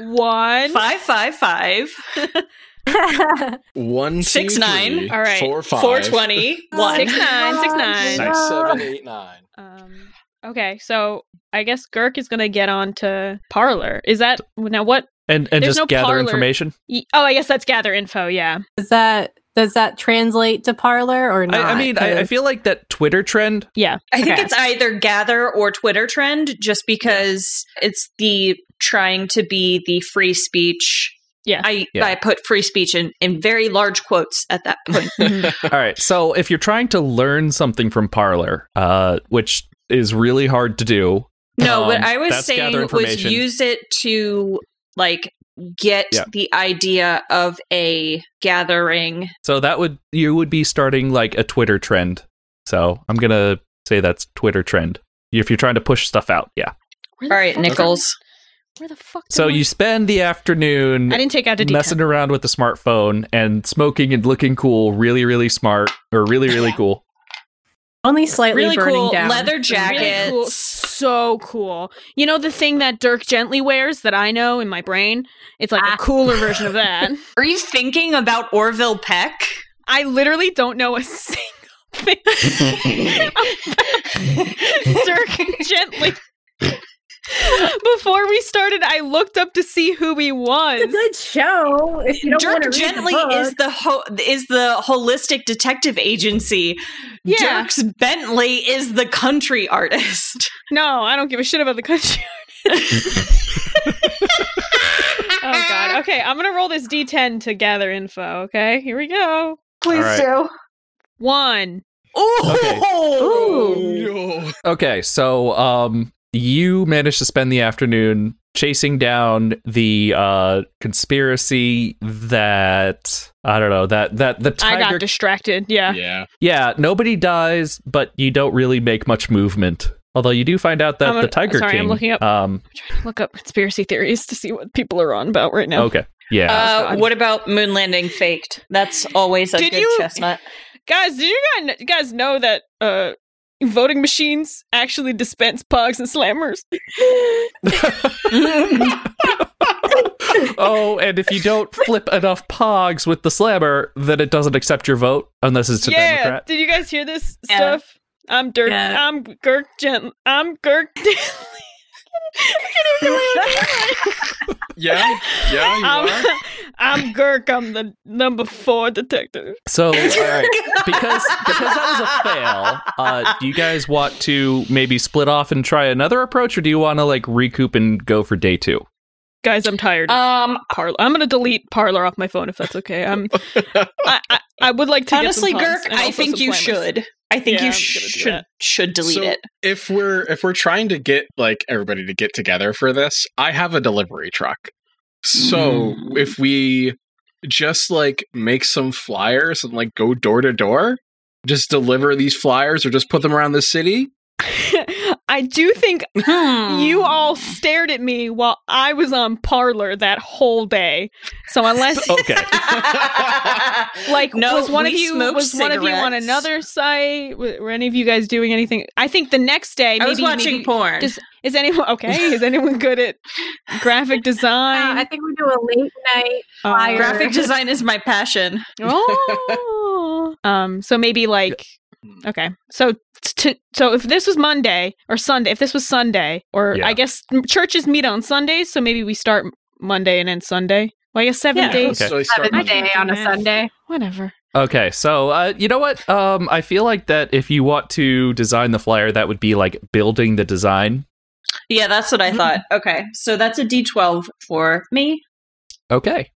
Speaker 3: One.
Speaker 2: Five five five
Speaker 5: One,
Speaker 2: Six,
Speaker 5: two,
Speaker 2: nine.
Speaker 5: three,
Speaker 3: All right.
Speaker 5: four, five,
Speaker 2: four twenty one.
Speaker 3: Six nine six nine.
Speaker 5: six,
Speaker 6: Ah.
Speaker 5: seven, eight, nine.
Speaker 3: Um, okay, so I guess Girk is gonna get on to Parlor. Is that now what?
Speaker 1: And and
Speaker 3: There's
Speaker 1: just
Speaker 3: no
Speaker 1: gather
Speaker 3: parlor.
Speaker 1: information.
Speaker 3: y- Oh, I guess that's gather info. Yeah.
Speaker 6: Does that does that translate to parlor or not?
Speaker 1: I, I mean, I, I
Speaker 6: 'Cause-
Speaker 1: feel like that Twitter trend.
Speaker 2: I think
Speaker 6: Okay.
Speaker 2: it's either Gather or Twitter trend, just because it's the trying to be the free speech.
Speaker 3: Yeah.
Speaker 2: I
Speaker 1: Yeah.
Speaker 2: I put free speech in in very large quotes at that point.
Speaker 3: Mm-hmm.
Speaker 1: All right. So if you're trying to learn something from Parlor, uh, which is really hard to do,
Speaker 2: No,
Speaker 1: Um,
Speaker 2: what I was
Speaker 1: that's gather
Speaker 2: saying was
Speaker 1: information.
Speaker 2: use it to like get
Speaker 1: Yeah.
Speaker 2: the idea of a gathering.
Speaker 1: So that would you would be starting like a Twitter trend. So I'm gonna say that's Twitter trend. If you're trying to push stuff out, yeah.
Speaker 3: Where the
Speaker 2: All right,
Speaker 3: fuck-
Speaker 2: Nichols.
Speaker 3: Where the fuck? did
Speaker 1: So
Speaker 3: my-
Speaker 1: you spend the afternoon
Speaker 3: I didn't take out a detail.
Speaker 1: messing around with the smartphone and smoking and looking cool, really, really smart or really, really cool.
Speaker 4: Only slightly
Speaker 2: Really
Speaker 4: burning
Speaker 2: cool
Speaker 4: down.
Speaker 2: leather
Speaker 3: Really cool.
Speaker 2: jackets.
Speaker 3: So cool. You know the thing that Dirk Gently wears that I know in my brain? It's like
Speaker 6: Ah.
Speaker 3: a cooler version of that.
Speaker 2: Are you thinking about Orville Peck?
Speaker 3: I literally don't know a single thing. about Dirk Gently. Before we started, I looked up to see who he was.
Speaker 4: It's a good show. If you don't want to
Speaker 2: Dirk Gently is the ho- is the holistic detective agency.
Speaker 3: Yeah.
Speaker 2: Dirk's Bentley is the country artist.
Speaker 3: No, I don't give a shit about the country. oh god. Okay, I'm gonna roll this D10 to gather info. Okay, here we go.
Speaker 1: Please All right.
Speaker 2: do.
Speaker 3: One.
Speaker 2: Ooh.
Speaker 5: No.
Speaker 1: Okay, so um you managed to spend the afternoon chasing down the uh conspiracy that I don't know, that that the
Speaker 3: I got
Speaker 1: tiger
Speaker 3: distracted. Yeah.
Speaker 5: Yeah.
Speaker 1: Yeah, nobody dies, but you don't really make much movement. Although you do find out that
Speaker 3: I'm
Speaker 1: the
Speaker 3: gonna-
Speaker 1: Tiger
Speaker 3: sorry, I'm
Speaker 1: King.
Speaker 3: looking up-
Speaker 1: Um,
Speaker 3: Look up conspiracy theories to see what people are on about right now.
Speaker 1: Okay. Yeah.
Speaker 2: Uh,
Speaker 3: God.
Speaker 2: what about moon landing faked? That's always a
Speaker 3: Did
Speaker 2: good
Speaker 3: you-
Speaker 2: chestnut.
Speaker 3: Guys, did you guys, you guys know that uh voting machines actually dispense pugs and slammers?
Speaker 1: oh, and if you don't flip enough pogs with the slammer, then it doesn't accept your vote unless it's a
Speaker 3: yeah.
Speaker 1: Democrat.
Speaker 3: Did you guys hear this
Speaker 6: Yeah.
Speaker 3: stuff? I'm Dirk.
Speaker 6: Yeah.
Speaker 3: I'm Girk Gent. I'm Girk.
Speaker 5: Yeah. Yeah, you
Speaker 3: I'm,
Speaker 5: are.
Speaker 3: I'm Girk. I'm the number four detective.
Speaker 1: So, all right, because because that was a fail. Uh, do you guys want to maybe split off and try another approach, or do you want to like recoup and go for day two?
Speaker 3: Guys, I'm tired. of
Speaker 2: Um,
Speaker 3: Parlor. I'm gonna delete Parlor off my phone if that's okay. I'm. I, I, I would like to get
Speaker 2: honestly,
Speaker 3: some puns
Speaker 2: Girk,
Speaker 3: and
Speaker 2: I
Speaker 3: also
Speaker 2: think
Speaker 3: some
Speaker 2: you
Speaker 3: slammers.
Speaker 2: should. I think
Speaker 3: Yeah,
Speaker 2: you
Speaker 3: I'm
Speaker 2: sh-
Speaker 3: gonna do
Speaker 2: should
Speaker 3: that.
Speaker 2: should delete
Speaker 5: So-
Speaker 2: it.
Speaker 5: if we're if we're trying to get like everybody to get together for this, I have a delivery truck. So
Speaker 1: Mm.
Speaker 5: if we just like make some flyers and like go door to door, just deliver these flyers or just put them around the city.
Speaker 3: I do think
Speaker 2: Hmm.
Speaker 3: you all stared at me while I was on Parlor that whole day. So unless
Speaker 1: Okay.
Speaker 3: like was one of
Speaker 2: we
Speaker 3: you
Speaker 2: smoked
Speaker 3: was one of you on
Speaker 2: cigarettes.
Speaker 3: another site W- were any of you guys doing anything i think the next day
Speaker 2: I
Speaker 3: maybe,
Speaker 2: was watching
Speaker 3: maybe-
Speaker 2: porn.
Speaker 3: just- is anyone okay is anyone good at graphic
Speaker 6: Uh, I
Speaker 3: design
Speaker 6: think we do a late night.
Speaker 3: Uh,
Speaker 6: fire.
Speaker 2: Uh, Graphic design is my passion.
Speaker 3: oh. um so maybe like okay so t- so if this was monday or sunday if this was sunday or
Speaker 1: Yeah.
Speaker 3: i guess m- churches meet on sundays so maybe we start monday and end sunday well i guess seven
Speaker 2: Yeah.
Speaker 3: days
Speaker 1: Okay.
Speaker 5: So I start
Speaker 6: Seven
Speaker 5: with-
Speaker 6: day on a
Speaker 3: Yeah.
Speaker 6: Sunday.
Speaker 3: whatever
Speaker 1: Okay, so uh, you know what? Um, I feel like that if you want to design the flyer, that would be like building the design.
Speaker 2: Yeah, that's what I thought. Okay, so that's a D12 for me.
Speaker 1: Okay.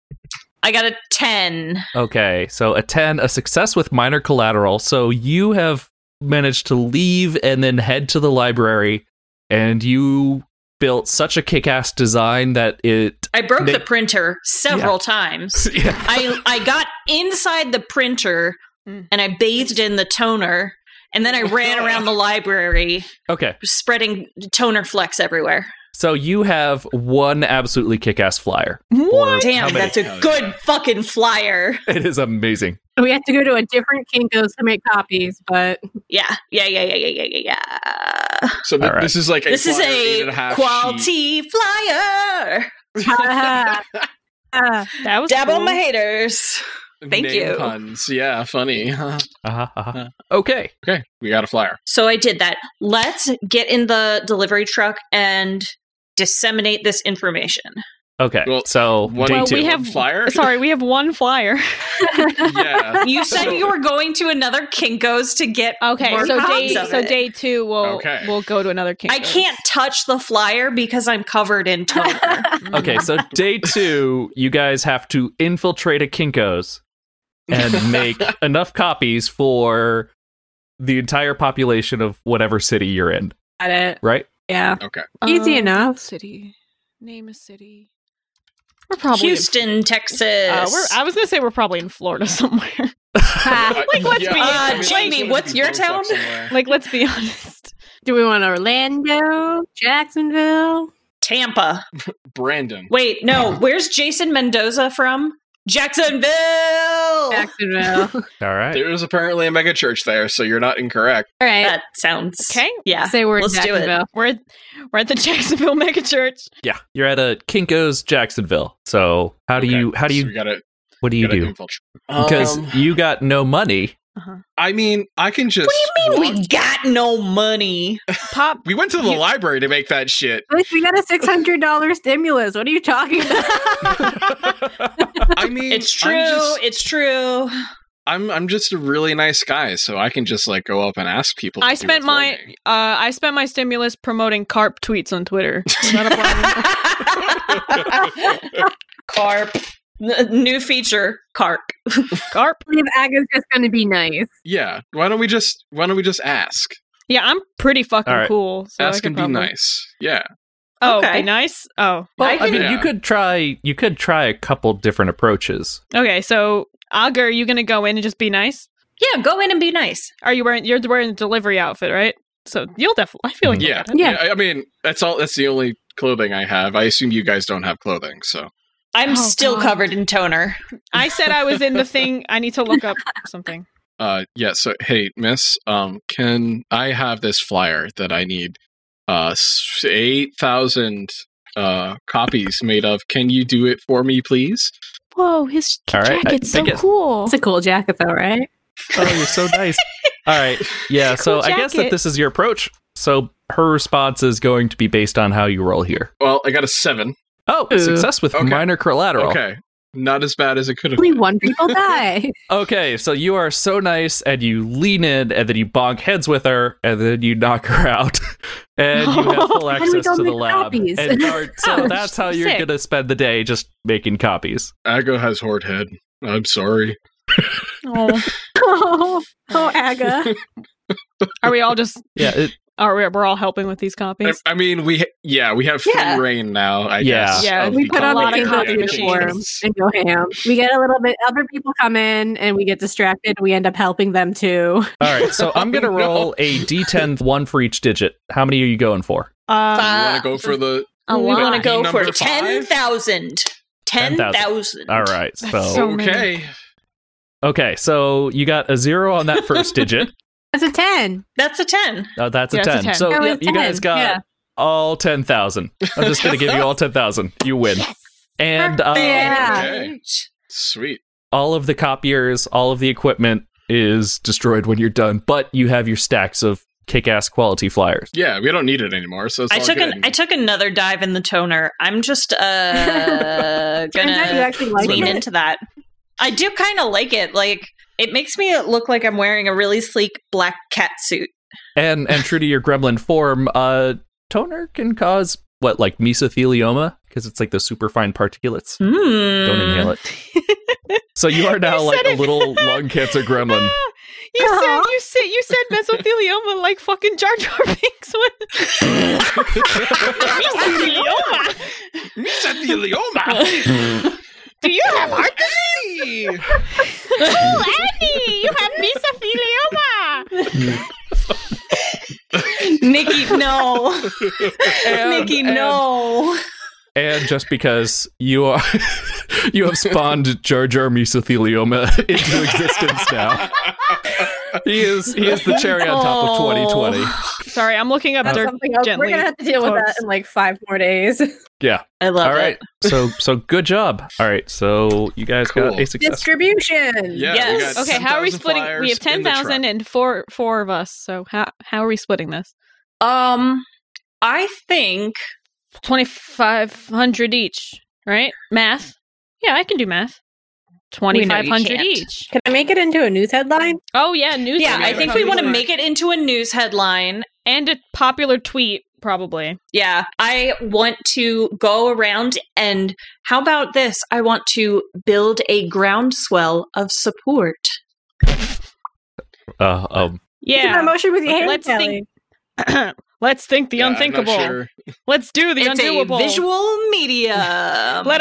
Speaker 2: I got a 10.
Speaker 1: Okay, so a 10, a success with minor collateral. So you have managed to leave and then head to the library, and you built such a kick ass design that it.
Speaker 2: I broke
Speaker 1: They-
Speaker 2: the printer several times.
Speaker 1: Yeah.
Speaker 2: I I got inside the printer
Speaker 3: Mm.
Speaker 2: and I bathed in the toner, and then I ran around the library
Speaker 1: Okay,
Speaker 2: spreading toner flecks everywhere.
Speaker 1: so you have one absolutely kick ass flyer.
Speaker 3: what
Speaker 1: How
Speaker 2: Damn,
Speaker 1: many-
Speaker 2: that's a
Speaker 5: Hell
Speaker 2: good
Speaker 5: yeah.
Speaker 2: fucking flyer.
Speaker 1: It is amazing.
Speaker 6: We have to go to a different Kinko's to make copies, but
Speaker 2: Yeah, yeah, yeah, yeah, yeah, yeah, yeah. yeah.
Speaker 5: So th-
Speaker 1: All right.
Speaker 5: this is like a
Speaker 2: This is
Speaker 5: flyer, eight and
Speaker 2: a
Speaker 5: half sheet.
Speaker 2: quality flyer.
Speaker 6: ha, ha, ha.
Speaker 3: that was
Speaker 2: Dab
Speaker 3: cool.
Speaker 2: on my haters. Thank
Speaker 5: Name
Speaker 2: you.
Speaker 5: Puns. Yeah, funny.
Speaker 1: Uh-huh, uh-huh. Okay.
Speaker 5: okay, we got a flyer.
Speaker 2: So I did that. Let's get in the delivery truck and disseminate this information.
Speaker 1: Okay.
Speaker 5: Well,
Speaker 1: so
Speaker 5: One-
Speaker 1: day
Speaker 3: Well,
Speaker 1: two.
Speaker 3: we have-
Speaker 5: flyer.
Speaker 3: Uh, sorry we have one flyer
Speaker 5: yeah.
Speaker 2: You said you were going to another Kinko's to get
Speaker 3: Okay,
Speaker 2: more
Speaker 3: so
Speaker 2: copies
Speaker 3: day
Speaker 2: of
Speaker 3: so
Speaker 2: it.
Speaker 3: day two we'll
Speaker 5: Okay.
Speaker 3: we'll go to another king.
Speaker 2: I can't touch the flyer because I'm covered in toner.
Speaker 3: Mm-hmm.
Speaker 1: Okay, so day two, you guys have to infiltrate a Kinko's and make enough copies for the entire population of whatever city you're in,
Speaker 6: got it.
Speaker 1: right?
Speaker 6: Yeah.
Speaker 5: Okay.
Speaker 6: Easy enough.
Speaker 3: Um, City, name a city. We're probably in-
Speaker 2: Houston, Texas.
Speaker 3: uh, we're, I was gonna say we're probably in Florida somewhere.
Speaker 6: Ha.
Speaker 3: Like, let's be- Uh,
Speaker 5: I mean,
Speaker 2: Jamie,
Speaker 5: sure we
Speaker 2: what's
Speaker 5: can
Speaker 2: your
Speaker 5: go fuck
Speaker 2: town?
Speaker 5: somewhere.
Speaker 3: like let's be honest.
Speaker 6: Do we want Orlando, Jacksonville?
Speaker 2: Tampa.
Speaker 5: Brandon.
Speaker 2: Wait, no. Where's Jason Mendoza from? Jacksonville.
Speaker 6: Jacksonville.
Speaker 1: All right.
Speaker 5: There is apparently a mega church there, so you're not incorrect.
Speaker 6: All right.
Speaker 2: That sounds
Speaker 3: Okay.
Speaker 2: Yeah.
Speaker 6: Say we're in
Speaker 2: let's do it.
Speaker 6: Jacksonville.
Speaker 3: We're at, we're at the Jacksonville megachurch.
Speaker 1: Yeah, you're at a Kinko's Jacksonville. So how do
Speaker 5: Okay,
Speaker 1: you how do
Speaker 5: so
Speaker 1: you
Speaker 5: we gotta,
Speaker 1: what do you
Speaker 5: gotta
Speaker 1: do?
Speaker 5: infiltrate.
Speaker 1: Because
Speaker 5: Um,
Speaker 1: you got no money.
Speaker 5: I mean, I can just.
Speaker 2: I mean,
Speaker 5: walk-
Speaker 2: we got no money.
Speaker 3: Pop.
Speaker 5: we went to the
Speaker 3: you-
Speaker 5: library to make that shit.
Speaker 6: Like, We got a six hundred dollar stimulus. What are you talking about?
Speaker 5: I mean,
Speaker 2: It's true.
Speaker 5: I'm just,
Speaker 2: it's true.
Speaker 5: I'm I'm just a really nice guy, so I can just like go up and ask people.
Speaker 3: I
Speaker 5: to do
Speaker 3: spent
Speaker 5: it for
Speaker 3: my
Speaker 5: me.
Speaker 3: uh, I spent my stimulus promoting carp tweets on Twitter. Is that a problem?
Speaker 2: carp. N- new feature, carp.
Speaker 3: carp.
Speaker 6: I believe Aga's just going to be nice.
Speaker 5: Yeah. Why don't we just Why don't we just ask?
Speaker 3: Yeah, I'm pretty fucking
Speaker 1: All right.
Speaker 3: cool. So I
Speaker 5: ask
Speaker 3: could
Speaker 5: and be
Speaker 3: probably-
Speaker 5: nice. Yeah.
Speaker 3: Oh,
Speaker 2: Okay.
Speaker 3: be nice. Oh,
Speaker 1: Well,
Speaker 2: I
Speaker 1: I,
Speaker 2: can-
Speaker 1: mean, you
Speaker 5: Yeah.
Speaker 1: could try you could try a couple different approaches.
Speaker 3: okay. So Augur, are you gonna go in and just be nice?
Speaker 2: Yeah, go in and be nice.
Speaker 3: Are you wearing? You're wearing the delivery outfit, right? So you'll definitely. I feel like
Speaker 5: Yeah.
Speaker 3: you'll
Speaker 6: Yeah.
Speaker 5: I- I mean, that's all. That's the only clothing I have. I assume you guys don't have clothing, so
Speaker 2: I'm
Speaker 3: Oh,
Speaker 2: still
Speaker 3: God.
Speaker 2: covered in toner.
Speaker 3: I said I was in the thing. I need to look up something.
Speaker 5: Uh, yeah. So, hey, Miss, um, can I have this flyer that I need? Uh, s- eight thousand uh copies made of. Can you do it for me, please?
Speaker 3: Whoa, his
Speaker 1: All right, I- jacket's I so guess-
Speaker 3: cool.
Speaker 6: It's a cool jacket, though, right?
Speaker 1: Oh, you're so nice. All right. Yeah, so
Speaker 3: Cool
Speaker 1: I guess that
Speaker 3: jacket.
Speaker 1: this is your approach. So her response is going to be based on how you roll here.
Speaker 5: Well, I got a seven.
Speaker 1: Oh,
Speaker 6: Ooh.
Speaker 1: success with
Speaker 5: Okay.
Speaker 1: minor collateral.
Speaker 5: Okay. Not as bad as it could have.
Speaker 6: Only one people die.
Speaker 1: Okay, so you are so nice, and you lean in, and then you bonk heads with her, and then you knock her out, and you have full
Speaker 6: And we
Speaker 1: access
Speaker 6: don't
Speaker 1: to the
Speaker 6: make
Speaker 1: lab.
Speaker 6: copies.
Speaker 1: And you are- so
Speaker 3: Ouch,
Speaker 1: that's how you're
Speaker 3: sick.
Speaker 1: gonna spend the day, just making copies.
Speaker 5: Aga has horde head. I'm sorry.
Speaker 3: Oh.
Speaker 6: oh, oh, Aga.
Speaker 3: Are we all just?
Speaker 1: Yeah, it,
Speaker 3: Are we? We're all helping with these
Speaker 5: I,
Speaker 3: copies.
Speaker 5: I mean, we yeah we have free
Speaker 2: Yeah.
Speaker 5: reign now. I
Speaker 1: Yeah.
Speaker 5: guess.
Speaker 3: Yeah,
Speaker 5: of
Speaker 6: we
Speaker 5: the
Speaker 6: put
Speaker 3: a
Speaker 6: on
Speaker 3: lot
Speaker 6: the
Speaker 3: of copy
Speaker 6: copy form
Speaker 3: machines.
Speaker 6: and go ham. We get a little bit. Other people come in and we get distracted. We end up helping them too.
Speaker 1: all right. So I'm gonna
Speaker 5: No.
Speaker 1: roll a d10, one for each digit. How many are you going for?
Speaker 3: Uh,
Speaker 5: You
Speaker 2: Five.
Speaker 5: want to go for the?
Speaker 3: a
Speaker 2: we
Speaker 3: lot.
Speaker 2: want to go
Speaker 5: Number
Speaker 2: for
Speaker 5: five?
Speaker 2: 10,000.
Speaker 1: 10,000.
Speaker 2: 10,000.
Speaker 1: All right.
Speaker 3: That's
Speaker 1: So
Speaker 3: so many.
Speaker 5: okay.
Speaker 1: okay, so you got a zero on that first digit.
Speaker 6: That's a ten.
Speaker 2: That's a 10.
Speaker 1: Oh, that's a,
Speaker 3: Yeah, it's a
Speaker 1: 10.
Speaker 3: 10.
Speaker 1: So
Speaker 6: That
Speaker 1: yeah,
Speaker 6: was
Speaker 1: you guys
Speaker 6: 10,
Speaker 1: got
Speaker 6: yeah.
Speaker 1: all 10,000. I'm just going to give you all 10,000. You win. And uh,
Speaker 6: Yeah.
Speaker 5: Okay. Sweet.
Speaker 1: all of the copiers, all of the equipment is destroyed when you're done, but you have your stacks of kick ass quality flyers.
Speaker 5: Yeah, we don't need it anymore. So it's
Speaker 2: I
Speaker 5: all
Speaker 2: took
Speaker 5: good.
Speaker 2: an I took another dive in the toner. I'm just uh
Speaker 6: Turns out you
Speaker 2: gonna
Speaker 6: actually like
Speaker 2: lean
Speaker 6: it.
Speaker 2: into that. I do kind of like it. Like it makes me look like I'm wearing a really sleek black cat suit.
Speaker 1: And and true to your gremlin form, uh, toner can cause what, like mesothelioma? Because it's like the superfine particulates.
Speaker 2: Hmm.
Speaker 1: Don't inhale it. so you are now
Speaker 3: You
Speaker 1: like
Speaker 3: said
Speaker 1: a
Speaker 3: it.
Speaker 1: little lung cancer gremlin.
Speaker 3: You said you said you said mesothelioma like fucking Jar Jar Binks would.
Speaker 5: Mesothelioma.
Speaker 3: Do you have heart?
Speaker 5: Hey!
Speaker 3: Oh, Andy, you have mesothelioma.
Speaker 2: Nikki, no. Nikki, no.
Speaker 1: And just because you are you have spawned Jar Jar mesothelioma into existence now. He is he is the cherry on top of
Speaker 2: Oh.
Speaker 1: 2020.
Speaker 3: Sorry, I'm looking up
Speaker 4: That's
Speaker 3: dirt
Speaker 4: something else.
Speaker 3: gently.
Speaker 4: We're gonna have to deal with that
Speaker 3: Folks.
Speaker 4: in like five more days.
Speaker 1: Yeah.
Speaker 2: I love
Speaker 1: All right.
Speaker 2: it.
Speaker 1: So so good job. All right. So you guys got
Speaker 5: Cool.
Speaker 1: a success.
Speaker 4: Distribution.
Speaker 5: Yeah,
Speaker 2: Yes.
Speaker 5: we got
Speaker 3: Okay, how are we
Speaker 5: 10,000
Speaker 3: splitting?
Speaker 5: flyers
Speaker 3: We have
Speaker 5: in
Speaker 3: ten
Speaker 5: the
Speaker 3: thousand
Speaker 5: truck.
Speaker 3: and four four of us. So how how are we splitting this?
Speaker 2: Um I think
Speaker 3: Twenty five hundred each, right? Math. Yeah, I can do math.
Speaker 2: know
Speaker 3: Twenty
Speaker 2: you
Speaker 3: five hundred
Speaker 2: can't.
Speaker 3: each.
Speaker 4: Can I make it into a news headline?
Speaker 3: Oh yeah, news.
Speaker 2: yeah,
Speaker 5: we
Speaker 2: I
Speaker 5: have
Speaker 2: think
Speaker 5: a
Speaker 2: we want to
Speaker 5: public-
Speaker 2: make it into a news headline
Speaker 3: and a popular tweet probably.
Speaker 2: Yeah, I want to go around and how about this? I want to build a groundswell of support.
Speaker 1: Uh, um,
Speaker 4: Make that
Speaker 3: Yeah.
Speaker 4: motion with your hand,
Speaker 3: Let's
Speaker 4: Kelly.
Speaker 3: think- Let's think the
Speaker 5: Yeah, I'm not
Speaker 3: unthinkable.
Speaker 5: sure.
Speaker 3: Let's do the
Speaker 2: it's
Speaker 3: undoable.
Speaker 2: a visual medium.
Speaker 3: Let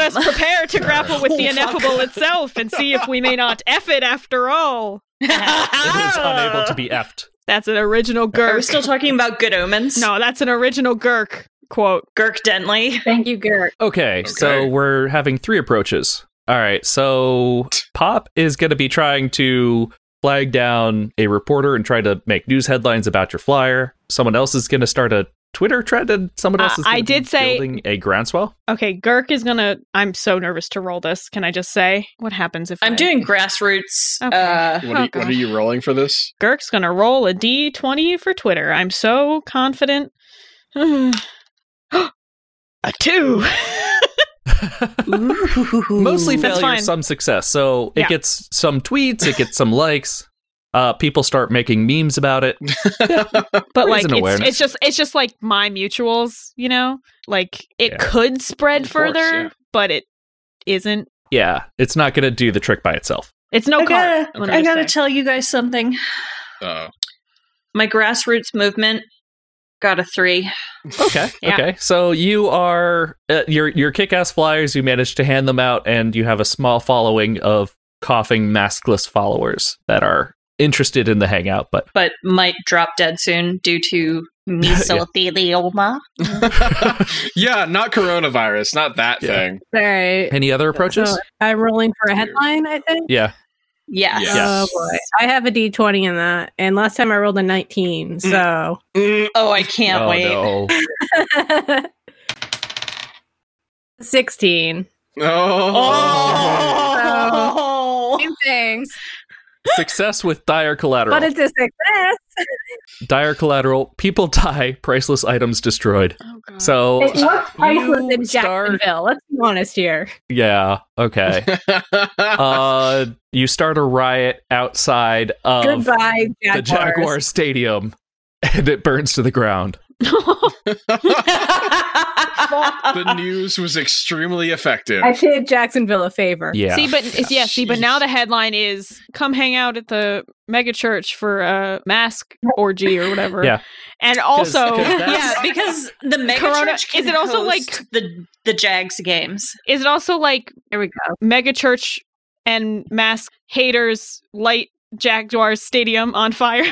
Speaker 3: us prepare to grapple with the
Speaker 2: Oh, fuck.
Speaker 3: ineffable itself and see if we may not F it after all.
Speaker 1: it is
Speaker 2: Ah.
Speaker 1: unable to be effed.
Speaker 3: That's an original
Speaker 2: Are we
Speaker 3: Gurk.
Speaker 2: still talking about good omens?
Speaker 3: no, that's an original Gurk quote.
Speaker 2: Girk Dentley.
Speaker 4: Thank you, Gert.
Speaker 1: Okay, so
Speaker 5: Okay.
Speaker 1: we're having three approaches. All right, so Pop is going to be trying to flag down a reporter and try to make news headlines about your flyer. Someone else is going to start a Twitter trend, and someone else
Speaker 3: Uh,
Speaker 1: is gonna
Speaker 3: I
Speaker 1: be
Speaker 3: did say-
Speaker 1: building a groundswell.
Speaker 3: Okay, Gurk is gonna. I'm so nervous to roll this. Can I just say what happens if
Speaker 2: I'm
Speaker 3: I-
Speaker 2: doing grassroots.
Speaker 3: Okay.
Speaker 2: Uh,
Speaker 3: Oh,
Speaker 5: What are, you, what
Speaker 3: God.
Speaker 5: are you rolling for this?
Speaker 3: Gurk's gonna roll a d20 for Twitter. I'm so confident. a two.
Speaker 1: Mostly
Speaker 3: That's
Speaker 1: failure,
Speaker 3: fine.
Speaker 1: some success. So it
Speaker 3: Yeah.
Speaker 1: gets some tweets, it gets some likes. Uh, people start making memes about it.
Speaker 3: but
Speaker 1: Raise
Speaker 3: like
Speaker 1: an
Speaker 3: it's,
Speaker 1: awareness.
Speaker 3: it's just it's just like my mutuals you know like it
Speaker 1: Yeah.
Speaker 3: could spread
Speaker 5: Of course,
Speaker 3: further
Speaker 5: yeah.
Speaker 3: but it isn't
Speaker 1: Yeah, it's not going to do the trick by itself.
Speaker 3: it's no
Speaker 2: I
Speaker 3: card
Speaker 2: gotta,
Speaker 3: let me
Speaker 2: I
Speaker 3: just
Speaker 2: gotta
Speaker 3: say.
Speaker 2: tell you guys something.
Speaker 5: Oh,
Speaker 2: My grassroots movement got a three.
Speaker 1: Okay.
Speaker 3: Yeah.
Speaker 1: Okay. So you are uh, your your kick-ass flyers. You managed to hand them out, and you have a small following of coughing maskless followers that are interested in the hangout. But
Speaker 2: but might drop dead soon due to mesothelioma.
Speaker 5: yeah, not coronavirus, not that
Speaker 1: Yeah.
Speaker 5: thing.
Speaker 6: All right.
Speaker 1: any other approaches?
Speaker 6: So I'm rolling for a headline. I think.
Speaker 1: Yeah.
Speaker 2: Yes.
Speaker 5: Yeah.
Speaker 6: Oh boy, I have a D20 in that, and last time I rolled a 19.
Speaker 2: Mm.
Speaker 6: So
Speaker 5: Mm.
Speaker 2: Oh, I can't
Speaker 1: oh
Speaker 2: wait.
Speaker 1: no.
Speaker 6: 16.
Speaker 5: Oh,
Speaker 2: Oh.
Speaker 3: Oh.
Speaker 6: Same things.
Speaker 1: Success with dire collateral.
Speaker 4: But it's a success.
Speaker 1: dire collateral. People die. Priceless items destroyed.
Speaker 3: Oh, God.
Speaker 1: So uh,
Speaker 6: It was priceless in
Speaker 1: you start-
Speaker 6: Jacksonville. Let's be honest here.
Speaker 1: yeah,
Speaker 5: Oh.
Speaker 1: okay. Uh, you start a riot outside of
Speaker 4: Goodbye, Jaguars.
Speaker 1: the Jaguar Stadium, and it burns to the ground.
Speaker 5: the news was extremely effective.
Speaker 4: I did Jacksonville a favor.
Speaker 1: Yeah.
Speaker 3: See, but yeah, see, but now the headline is "Come hang out at the mega church for a mask orgy or whatever."
Speaker 1: Yeah.
Speaker 3: and also,
Speaker 1: 'cause that's-
Speaker 2: yeah,
Speaker 3: yeah,
Speaker 2: because the mega
Speaker 3: Corona-
Speaker 2: church can
Speaker 3: is it also,
Speaker 2: host the the Jags games?
Speaker 3: is it also like
Speaker 4: There we go.
Speaker 3: mega church and mask haters light Jaguars Stadium on fire?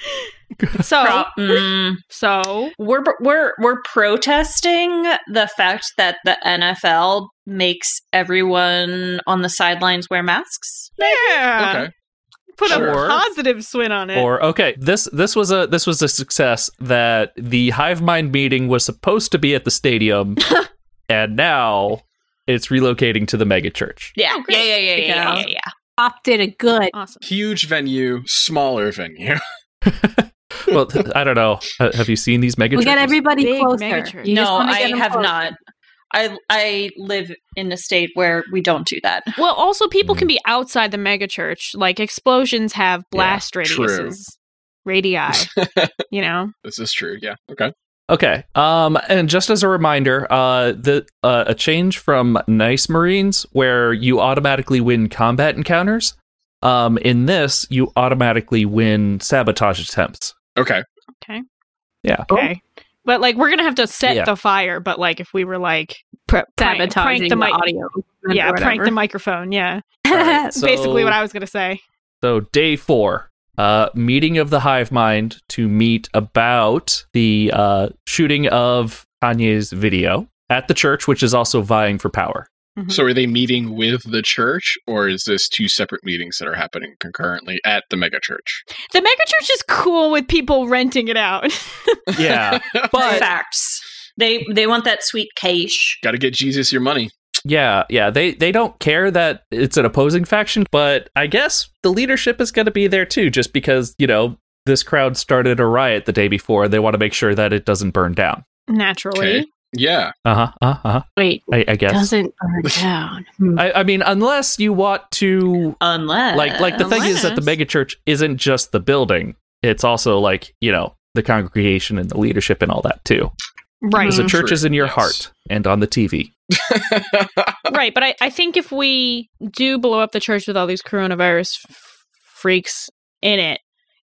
Speaker 3: so,
Speaker 2: Pro- mm.
Speaker 3: so
Speaker 2: we're we're we're protesting the fact that the NFL makes everyone on the sidelines wear
Speaker 3: Oh,
Speaker 2: masks.
Speaker 3: yeah,
Speaker 5: okay.
Speaker 3: put
Speaker 1: Sure.
Speaker 3: a positive spin on
Speaker 4: Eh.
Speaker 3: it.
Speaker 1: or okay this this was a this was a success that the hive mind meeting was supposed to be at the stadium and now it's relocating to the mega church
Speaker 2: Yeah,
Speaker 3: Oh,
Speaker 2: yeah,
Speaker 3: great.
Speaker 2: yeah, yeah, yeah, yeah, yeah,
Speaker 4: Because- Pop did a good.
Speaker 3: awesome.
Speaker 5: Huge venue, smaller venue.
Speaker 1: well th- i don't know Ha- have you seen these mega
Speaker 4: We got
Speaker 1: churches
Speaker 4: everybody
Speaker 3: Big
Speaker 4: closer.
Speaker 3: megachurch.
Speaker 4: You
Speaker 2: No,
Speaker 4: just wanna
Speaker 2: I
Speaker 4: get 'em
Speaker 2: have
Speaker 4: closer.
Speaker 2: not. I I live in a state where we don't do that.
Speaker 3: Well, also people
Speaker 1: Mm.
Speaker 3: can be outside the megachurch. Like explosions have blast
Speaker 5: true.
Speaker 3: radiuses, radii. you know,
Speaker 5: This is true. Yeah. Okay.
Speaker 1: okay um and just as a reminder uh the uh, a change from nice marines where you automatically win combat encounters um in this you automatically win sabotage attempts
Speaker 5: Okay.
Speaker 3: okay. But like we're gonna have to set
Speaker 1: Yeah.
Speaker 3: the fire. But like if we were like pr- prank-
Speaker 6: Sabotaging
Speaker 3: prank the,
Speaker 6: the,
Speaker 3: mic-
Speaker 6: audio.
Speaker 3: yeah, prank the
Speaker 6: mic.
Speaker 3: microphone. Yeah,
Speaker 1: Alright,
Speaker 3: basically
Speaker 1: so-
Speaker 3: what I was gonna say.
Speaker 1: So day four, uh, meeting of the hive mind to meet about the uh, shooting of Kanye's video at the church, which is also vying for power.
Speaker 5: So are they meeting with the church, or is this two separate meetings that are happening concurrently at the mega church?
Speaker 3: The megachurch is cool with people renting it out.
Speaker 1: Yeah, but
Speaker 2: Facts. They they want that sweet cash.
Speaker 5: Got to get Jesus your money.
Speaker 1: yeah, yeah, they they don't care that it's an opposing faction, but I guess the leadership is going to be there too, just because you know this crowd started a riot the day before. They want to make sure that it doesn't burn down.
Speaker 3: Naturally,
Speaker 5: Okay. Yeah.
Speaker 1: Uh huh. Uh huh.
Speaker 6: Wait,
Speaker 1: I, I guess.
Speaker 6: doesn't burn down. Hmm.
Speaker 1: I, I mean, unless you want to
Speaker 2: Unless
Speaker 1: like like the thing is that the
Speaker 3: Unless-
Speaker 1: megachurch isn't just the building it's also like you know the congregation and the leadership and all that too
Speaker 3: right?
Speaker 1: because the church is in your
Speaker 5: Yes.
Speaker 1: heart and on the tv
Speaker 3: right but I, I think if we do blow up the church with all these coronavirus f- freaks in it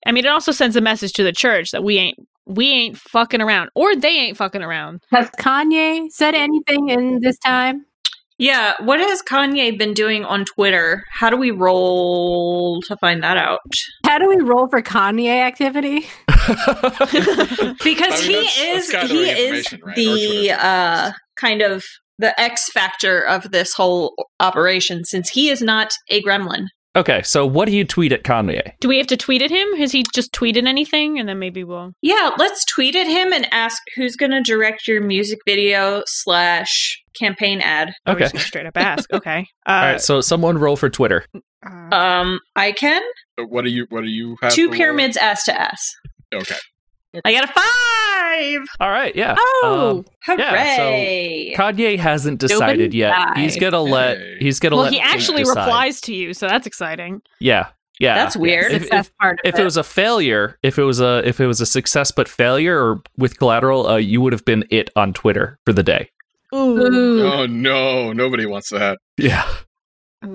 Speaker 3: i mean it also sends a message to the church that we ain't we ain't fucking around or they ain't fucking around
Speaker 6: Has Kanye said anything in this time?
Speaker 2: yeah. What has Kanye been doing on Twitter? How do we roll to find that out?
Speaker 6: How do we roll for Kanye activity?
Speaker 2: because
Speaker 5: I mean,
Speaker 2: he
Speaker 5: that's- that's
Speaker 2: is
Speaker 5: gotta be
Speaker 2: he
Speaker 5: the
Speaker 2: is
Speaker 5: information, right?
Speaker 2: the
Speaker 5: Or Twitter.
Speaker 2: uh, kind of the X factor of this whole operation since he is not a gremlin.
Speaker 1: okay so what do you tweet at kanye
Speaker 3: do we have to tweet at him has he just tweeted anything and then maybe we'll
Speaker 2: Yeah, let's tweet at him and ask who's going to direct your music video slash campaign ad.
Speaker 3: or we
Speaker 1: okay
Speaker 3: just oh, gonna straight up ask okay uh,
Speaker 1: all right so someone roll for twitter
Speaker 3: uh,
Speaker 2: Um, I can
Speaker 5: What do you? What do you have?
Speaker 2: two
Speaker 5: for-
Speaker 2: pyramids ass to ass.
Speaker 5: Okay.
Speaker 2: I got a five.
Speaker 1: all right yeah
Speaker 3: oh
Speaker 1: Um, yeah, so-
Speaker 2: Hooray!
Speaker 1: kanye hasn't decided
Speaker 6: Nobody
Speaker 1: yet
Speaker 6: died.
Speaker 1: he's gonna let
Speaker 5: Hey.
Speaker 1: he's gonna
Speaker 3: well
Speaker 1: let
Speaker 3: he actually
Speaker 1: decide.
Speaker 3: replies to you so that's exciting
Speaker 1: yeah yeah
Speaker 2: That's weird.
Speaker 1: If-
Speaker 6: Success part of
Speaker 1: if it was a failure, if it was a if it was a success but failure or with collateral, uh, you would have been it on Twitter for the day.
Speaker 6: Ooh.
Speaker 5: Oh no! Nobody wants that.
Speaker 1: Yeah.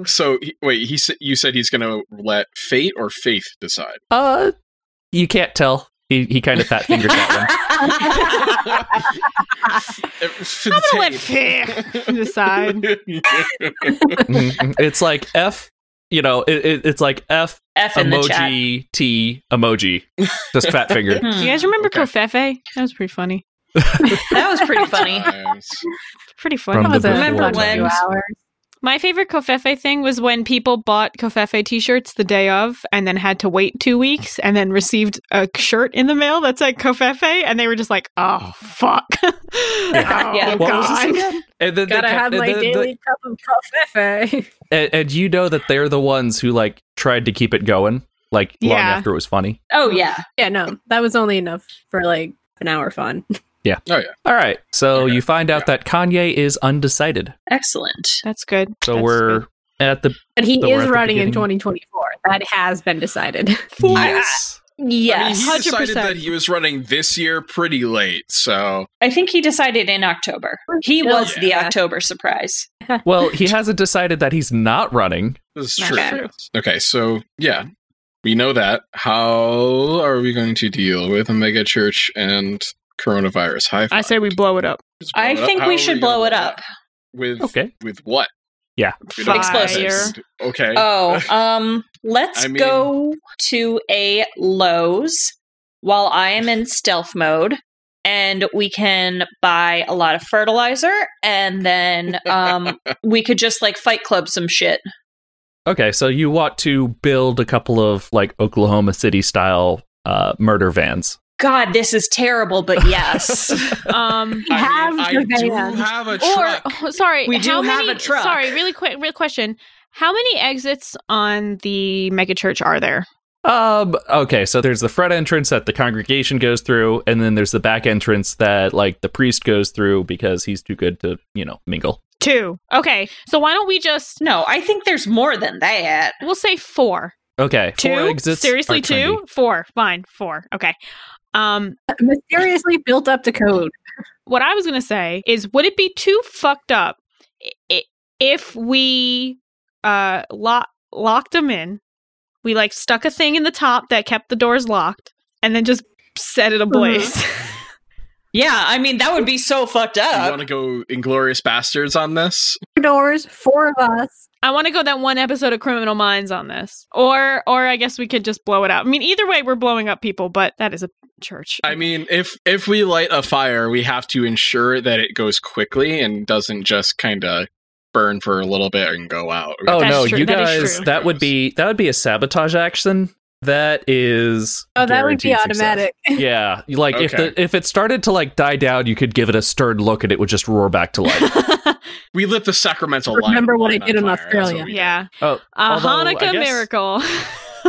Speaker 5: So he- wait, he said you said he's going to let fate or faith decide.
Speaker 1: Uh, you can't tell. He he kind of fat fingered that one.
Speaker 5: I'm
Speaker 3: i'm gonna let fear decide
Speaker 1: Mhm. It's like F. You know, it, it, it's like F
Speaker 2: F in the chat.
Speaker 1: emoji T emoji. Just fat fingered.
Speaker 3: do
Speaker 2: Hmm,
Speaker 3: you guys remember
Speaker 5: Okay.
Speaker 3: Kofefe? that was pretty funny
Speaker 2: that was pretty funny.
Speaker 3: pretty funny
Speaker 1: From the
Speaker 6: That was a
Speaker 1: before
Speaker 2: Remember
Speaker 6: fun
Speaker 2: when-
Speaker 6: few hours.
Speaker 3: My favorite Kofefe thing was when people bought Kofefe t-shirts the day of and then had to wait two weeks and then received a shirt in the mail that said Kofefe and they were just like, oh, fuck. oh,
Speaker 2: Yeah.
Speaker 1: What was this
Speaker 3: God.
Speaker 1: again? And then they
Speaker 4: Gotta
Speaker 1: kept-
Speaker 4: have
Speaker 1: and
Speaker 4: my
Speaker 1: then the-
Speaker 4: daily cup of coffee.
Speaker 1: and, and you know that they're the ones who like tried to keep it going like long
Speaker 3: Yeah.
Speaker 1: after it was funny
Speaker 2: Oh yeah.
Speaker 4: yeah, no, that was only enough for like an hour fun.
Speaker 1: all right so
Speaker 5: Okay.
Speaker 1: you find out that kanye is undecided
Speaker 2: Excellent.
Speaker 3: That's good.
Speaker 1: so
Speaker 3: That's
Speaker 1: we're
Speaker 3: good.
Speaker 1: at the
Speaker 4: But he
Speaker 1: So we're at
Speaker 4: is
Speaker 1: the
Speaker 4: running in
Speaker 1: beginning.
Speaker 4: 2024. That has been decided.
Speaker 1: yes
Speaker 5: I mean,
Speaker 2: Yes.
Speaker 5: he decided
Speaker 3: 100%.
Speaker 5: that he was running this year pretty late, so
Speaker 2: I think he decided in October. He was the
Speaker 4: Yeah.
Speaker 2: October surprise.
Speaker 1: well he hasn't decided that he's not running
Speaker 5: this is
Speaker 4: Not
Speaker 5: true.
Speaker 4: bad.
Speaker 5: Okay, so yeah, we know that. How are we going to deal with a mega church and coronavirus? High
Speaker 3: I
Speaker 5: five.
Speaker 3: say we blow it up.
Speaker 5: Just blow
Speaker 2: I
Speaker 5: it up.
Speaker 2: think
Speaker 5: How are
Speaker 2: we should
Speaker 5: gonna
Speaker 2: blow it up.
Speaker 5: With
Speaker 1: Okay.
Speaker 5: with what? We don't know what that
Speaker 3: Fire.
Speaker 5: is. Okay.
Speaker 2: Oh, um, let's
Speaker 5: I mean-
Speaker 2: go to a Lowe's while I am in stealth mode, and we can buy a lot of fertilizer, and then um, we could just like Fight Club some shit.
Speaker 1: okay so you want to build a couple of like oklahoma city style uh murder vans
Speaker 2: God, this is terrible, but yes.
Speaker 3: Um,
Speaker 5: I mean,
Speaker 4: have
Speaker 5: I
Speaker 4: the
Speaker 5: do
Speaker 4: van.
Speaker 5: have a
Speaker 3: or
Speaker 5: truck.
Speaker 3: oh, sorry,
Speaker 2: We do
Speaker 3: how
Speaker 2: have
Speaker 3: many,
Speaker 2: a truck.
Speaker 3: Sorry, really quick, real question. How many exits on the megachurch are there?
Speaker 1: um okay so there's the front entrance that the congregation goes through and then there's the back entrance that like the priest goes through because he's too good to you know mingle
Speaker 3: Two. Okay, so why don't we just
Speaker 2: no, I think there's more than that.
Speaker 3: we'll say four.
Speaker 1: okay
Speaker 3: Two?
Speaker 1: four exits
Speaker 3: Seriously,
Speaker 1: are
Speaker 3: two?
Speaker 1: trendy.
Speaker 3: Four. Fine, four. Okay. Um,
Speaker 4: Mysteriously built up to code.
Speaker 3: what I was gonna say is, would it be too fucked up i- i- if we uh lo- locked them in? We like stuck a thing in the top that kept the doors locked, and then just set it ablaze.
Speaker 2: Yeah, I mean that would be so fucked
Speaker 5: you
Speaker 2: up.
Speaker 5: want to go inglorious bastards on this?
Speaker 4: Four doors, four of us.
Speaker 3: I want to go that one episode of Criminal Minds on this, or or I guess we could just blow it up. I mean, either way, we're blowing up people, but that is a church.
Speaker 5: I mean, if if we light a fire, we have to ensure that it goes quickly and doesn't just kind of burn for a little bit and go out.
Speaker 1: Oh
Speaker 3: That's
Speaker 1: no,
Speaker 3: true.
Speaker 1: you
Speaker 3: That is
Speaker 1: guys!
Speaker 3: true.
Speaker 1: That would be that would be a sabotage action. That is
Speaker 4: Oh, that would be
Speaker 1: guaranteed success.
Speaker 4: automatic.
Speaker 1: Yeah, you- like if
Speaker 5: Okay.
Speaker 1: the if it started to like die down, you could give it a stern look and it would just roar back to life.
Speaker 5: We lit the sacramental light.
Speaker 4: Remember what
Speaker 5: on
Speaker 4: I did in
Speaker 5: fire. That's what
Speaker 4: Australia.
Speaker 5: we did.
Speaker 3: yeah,
Speaker 1: Oh,
Speaker 3: a
Speaker 1: Although, I
Speaker 3: Hanukkah
Speaker 1: guess-
Speaker 3: miracle.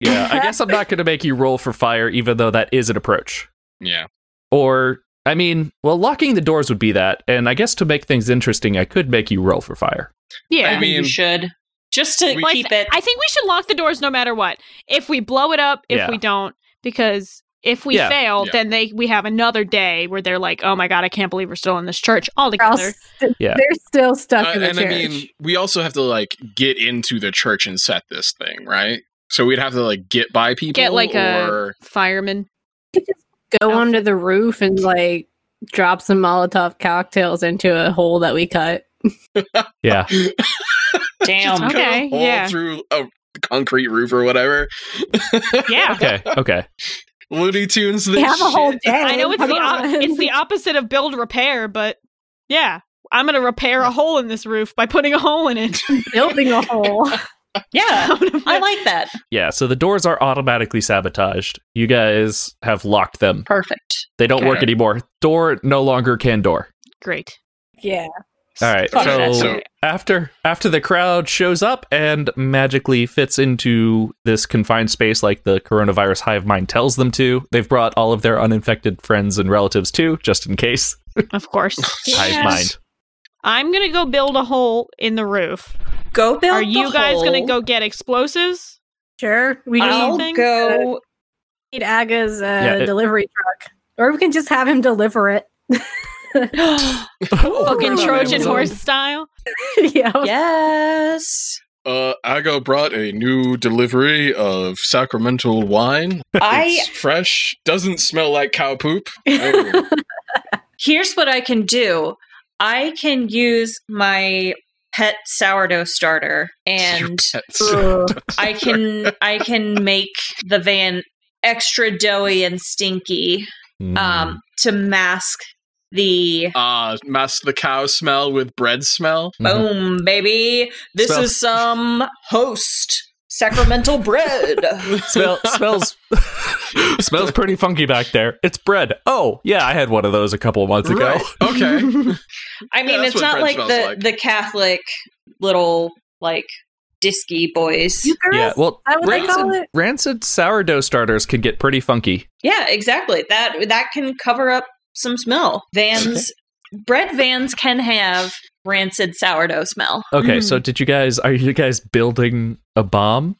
Speaker 1: yeah. I guess I'm not going to make you roll for fire, even though that is an approach.
Speaker 5: Yeah.
Speaker 1: Or I mean, well, locking the doors would be that, and I guess to make things interesting, I could make you roll for fire.
Speaker 3: yeah,
Speaker 5: I mean-
Speaker 2: you should just to
Speaker 5: We-
Speaker 3: Well, I
Speaker 2: keep
Speaker 3: th-
Speaker 2: it.
Speaker 3: I think we should lock the doors no matter what. If we blow it up, if
Speaker 1: Yeah.
Speaker 3: we don't, because if we
Speaker 1: Yeah.
Speaker 3: fail,
Speaker 5: Yeah.
Speaker 3: then they we have another day where they're like, "Oh my god, I can't believe we're still in this church all
Speaker 4: They're all
Speaker 3: together."
Speaker 4: st-
Speaker 1: Yeah.
Speaker 4: They're still stuck
Speaker 5: Uh,
Speaker 4: in the
Speaker 5: and
Speaker 4: church.
Speaker 5: I mean, we also have to like get into the church and set this thing, right? So we'd have to like get by people.
Speaker 3: Get like
Speaker 5: or...
Speaker 3: a fireman.
Speaker 4: could just go under the roof and like drop some Molotov cocktails into a hole that we cut.
Speaker 1: Yeah,
Speaker 2: Damn.
Speaker 5: Cut a
Speaker 3: Okay,
Speaker 5: hole
Speaker 3: yeah.
Speaker 5: Through a concrete roof or whatever.
Speaker 3: Yeah.
Speaker 1: okay, okay.
Speaker 5: Looney Tunes. This
Speaker 4: We have a whole day.
Speaker 5: shit.
Speaker 3: I know it's the op- it's the opposite of build repair, but yeah, I'm gonna repair a hole in this roof by putting a hole in it.
Speaker 4: building a hole.
Speaker 2: Yeah,
Speaker 3: I'm gonna
Speaker 2: I
Speaker 3: put-
Speaker 2: like that.
Speaker 1: Yeah, so the doors are automatically sabotaged. You guys have locked them.
Speaker 2: Perfect.
Speaker 1: They don't work
Speaker 5: Okay.
Speaker 1: anymore. Door no longer can door.
Speaker 3: great.
Speaker 4: Yeah.
Speaker 1: All right.
Speaker 2: Fuck
Speaker 1: So,
Speaker 2: that
Speaker 5: shit.
Speaker 1: after after the crowd shows up and magically fits into this confined space like the coronavirus hive mind tells them to, they've brought all of their uninfected friends and relatives too, just in case.
Speaker 3: Of course,
Speaker 1: Hive mind.
Speaker 3: I'm gonna go build a hole in the roof.
Speaker 2: Go build.
Speaker 3: Are you
Speaker 2: the
Speaker 3: guys gonna
Speaker 2: hole.
Speaker 3: go get explosives?
Speaker 4: Sure. We
Speaker 2: I'll
Speaker 4: need,
Speaker 3: anything?
Speaker 2: go.
Speaker 4: need Aga's uh,
Speaker 1: it-
Speaker 4: delivery truck. Or we can just have him deliver it.
Speaker 3: Fucking
Speaker 4: Ooh.
Speaker 3: Trojan
Speaker 4: Amazon.
Speaker 3: horse style.
Speaker 4: yeah.
Speaker 2: yes.
Speaker 5: Uh, Aga brought a new delivery of sacramental wine.
Speaker 2: I
Speaker 5: It's fresh. Doesn't smell like cow poop. Oh.
Speaker 2: here's what I can do. I can use my pet sourdough starter, and
Speaker 5: That's-
Speaker 4: Ooh.
Speaker 2: I can I can make the van extra doughy and stinky
Speaker 1: Mm.
Speaker 2: um, to mask the
Speaker 5: Uh, mess the cow smell with bread smell.
Speaker 1: Mm-hmm.
Speaker 2: boom, baby. This
Speaker 1: Smell-
Speaker 2: is some host sacramental bread.
Speaker 1: Smell, smells smells pretty funky back there. It's bread. Oh yeah, I had one of those a couple of months ago.
Speaker 5: Right. Okay.
Speaker 2: I mean, it's
Speaker 5: that's what
Speaker 2: not
Speaker 5: bread
Speaker 2: like
Speaker 5: smells
Speaker 2: the
Speaker 5: like.
Speaker 2: the Catholic little like disky boys.
Speaker 4: You girls,
Speaker 1: Yeah, well,
Speaker 4: that what they
Speaker 1: rancid,
Speaker 4: call it.
Speaker 1: rancid sourdough starters can get pretty funky.
Speaker 2: Yeah, exactly. That that can cover up some smell. Vans bread vans can have rancid sourdough smell.
Speaker 1: Okay,
Speaker 3: Mm.
Speaker 1: so
Speaker 5: Mm-hmm.
Speaker 1: did you guys? Are you guys building a bomb?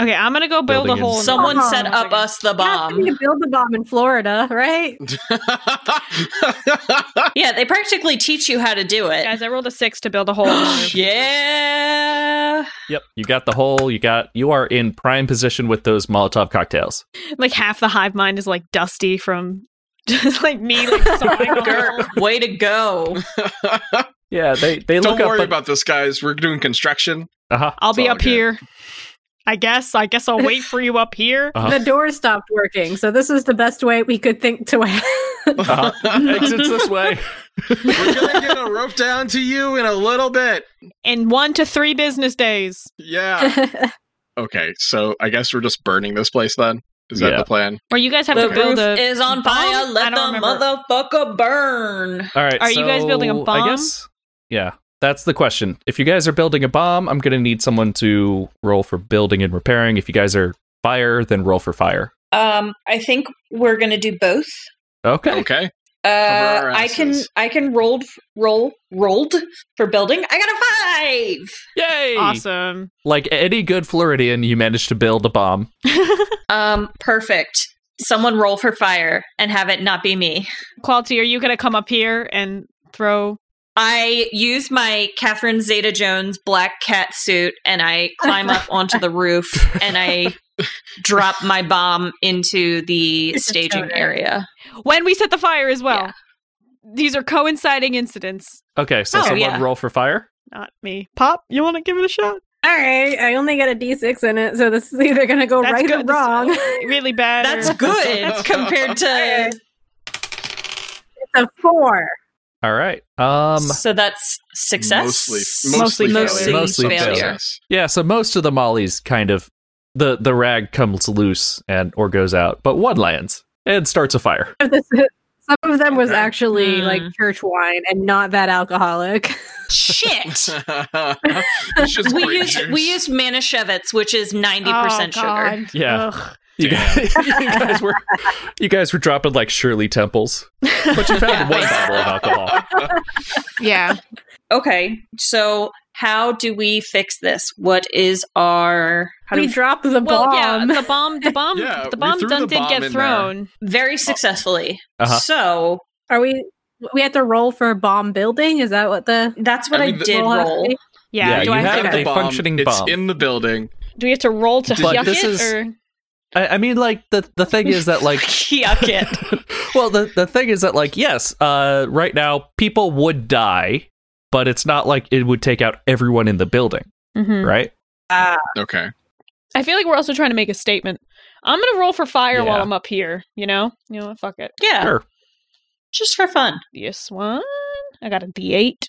Speaker 3: Okay, I'm gonna go build
Speaker 1: Building
Speaker 3: a
Speaker 1: is-
Speaker 3: hole. in the
Speaker 2: Someone
Speaker 3: wall.
Speaker 2: set up us the bomb.
Speaker 4: You build the bomb in Florida, right?
Speaker 2: Yeah, they practically teach you how to do it.
Speaker 3: Guys, I rolled a six to build a hole. in the roof.
Speaker 2: yeah.
Speaker 1: Yep, you got the hole. You got you are in prime position with those Molotov cocktails.
Speaker 3: Like half the hive mind is like dusty from just like me like sawing a hole.
Speaker 2: Girk, way to go.
Speaker 1: Yeah, they they
Speaker 5: Don't
Speaker 1: look up.
Speaker 5: worry
Speaker 1: a-
Speaker 5: about this, guys. We're doing construction.
Speaker 1: uh-huh.
Speaker 3: I'll be
Speaker 5: all
Speaker 3: up
Speaker 5: good.
Speaker 3: here. I guess. I guess I'll wait for you up here.
Speaker 1: Uh-huh.
Speaker 4: The door stopped working, so this is the best way we could think to.
Speaker 5: We're
Speaker 1: uh-huh. Exits this way.
Speaker 5: gonna get a rope down to you in a little bit.
Speaker 3: In one to three business days.
Speaker 5: Yeah. Okay, so I guess we're just burning this place then. Is that
Speaker 1: Yeah.
Speaker 5: the plan?
Speaker 3: Or you guys have
Speaker 2: The
Speaker 3: to build
Speaker 2: roof
Speaker 3: a
Speaker 2: is on fire.
Speaker 3: bomb? I
Speaker 2: Let the
Speaker 3: don't remember.
Speaker 2: motherfucker burn.
Speaker 1: All right.
Speaker 3: Are you guys building a
Speaker 1: so I
Speaker 3: bomb?
Speaker 1: guess. Yeah, that's the question. If you guys are building a bomb, I'm gonna need someone to roll for building and repairing. If you guys are fire, then roll for fire.
Speaker 2: Um, I think we're gonna do both.
Speaker 3: Oh,
Speaker 1: Okay.
Speaker 5: Okay.
Speaker 2: Uh,
Speaker 5: our
Speaker 2: I can
Speaker 5: asses.
Speaker 2: I can rolled roll rolled for building. I got a five.
Speaker 1: Yay!
Speaker 3: awesome.
Speaker 1: Like any good Floridian, you managed to build a bomb.
Speaker 2: Um, perfect. Someone roll for fire and have it not be me.
Speaker 3: Quality, are you gonna come up here and throw
Speaker 2: I use my Catherine Zeta Jones black cat suit and I climb up onto the roof and I drop my bomb into the
Speaker 4: This is
Speaker 2: staging
Speaker 4: so
Speaker 2: area.
Speaker 3: when we set the fire as well?
Speaker 2: Yeah.
Speaker 3: These are coinciding incidents.
Speaker 1: Okay, so
Speaker 2: Oh,
Speaker 1: someone
Speaker 2: yeah.
Speaker 1: roll for fire.
Speaker 3: Not me. Pop, you wanna give it a shot?
Speaker 4: All right, I only got a D6 in it, so this is either going to go
Speaker 3: That's
Speaker 4: right
Speaker 3: good.
Speaker 4: or wrong.
Speaker 3: That's Really bad.
Speaker 2: That's
Speaker 3: or-
Speaker 2: good compared to
Speaker 4: it's a four.
Speaker 1: All right. Um.
Speaker 2: so that's success.
Speaker 5: Mostly, mostly,
Speaker 3: Mostly-
Speaker 5: failure.
Speaker 1: mostly
Speaker 5: Some
Speaker 1: failure.
Speaker 5: success.
Speaker 1: Yeah. So most of the mollies kind of the the rag comes loose and or goes out, but one lands and starts a fire.
Speaker 4: Some of this- some of them was
Speaker 5: Okay.
Speaker 4: actually
Speaker 2: Hmm.
Speaker 4: like church wine and not that alcoholic.
Speaker 2: Shit.
Speaker 5: It's just
Speaker 2: we
Speaker 5: grape
Speaker 2: used
Speaker 5: juice.
Speaker 2: we used Manischewitz, which is ninety percent
Speaker 3: Oh,
Speaker 2: sugar.
Speaker 3: God.
Speaker 1: Yeah.
Speaker 3: Ugh.
Speaker 1: You guys, you guys were you guys were dropping like Shirley Temples, but you found
Speaker 2: Yeah.
Speaker 1: one bottle of alcohol.
Speaker 7: Yeah.
Speaker 2: Okay, so how do we fix this? What is our how do
Speaker 4: We
Speaker 2: we,
Speaker 4: dropped the
Speaker 3: Well,
Speaker 4: bomb.
Speaker 3: yeah, the bomb, the bomb,
Speaker 5: Yeah,
Speaker 3: the
Speaker 5: we
Speaker 3: bomb
Speaker 5: threw
Speaker 3: done
Speaker 5: the
Speaker 3: did
Speaker 5: bomb
Speaker 3: get
Speaker 5: in
Speaker 3: thrown.
Speaker 2: very successfully?
Speaker 1: Uh-huh.
Speaker 2: So
Speaker 4: Are we? We have to roll for bomb building. Is that what the
Speaker 2: that's what I,
Speaker 5: I mean, the-
Speaker 2: did
Speaker 4: roll has to
Speaker 2: roll.
Speaker 4: be?
Speaker 3: Yeah.
Speaker 1: Yeah,
Speaker 3: do
Speaker 1: you
Speaker 3: I have
Speaker 1: have
Speaker 3: to,
Speaker 1: a
Speaker 5: the bomb.
Speaker 1: functioning
Speaker 5: It's
Speaker 1: bomb.
Speaker 5: in the building.
Speaker 3: do we have to roll to
Speaker 1: But
Speaker 3: yuck
Speaker 1: this
Speaker 3: it?
Speaker 1: is-
Speaker 3: or?
Speaker 1: I, I mean, like the the thing is that like
Speaker 2: Yuck it.
Speaker 1: well the, the thing is that like yes uh right now people would die but it's not like it would take out everyone in the building
Speaker 3: Mm. Mm-hmm.
Speaker 1: right
Speaker 2: Uh,
Speaker 5: Okay.
Speaker 3: I feel like we're also trying to make a statement. I'm gonna roll for fire
Speaker 1: Yeah.
Speaker 3: while I'm up here. You know, you know, what? fuck it.
Speaker 2: Yeah,
Speaker 1: sure
Speaker 2: just for fun.
Speaker 3: This one, I got a D8.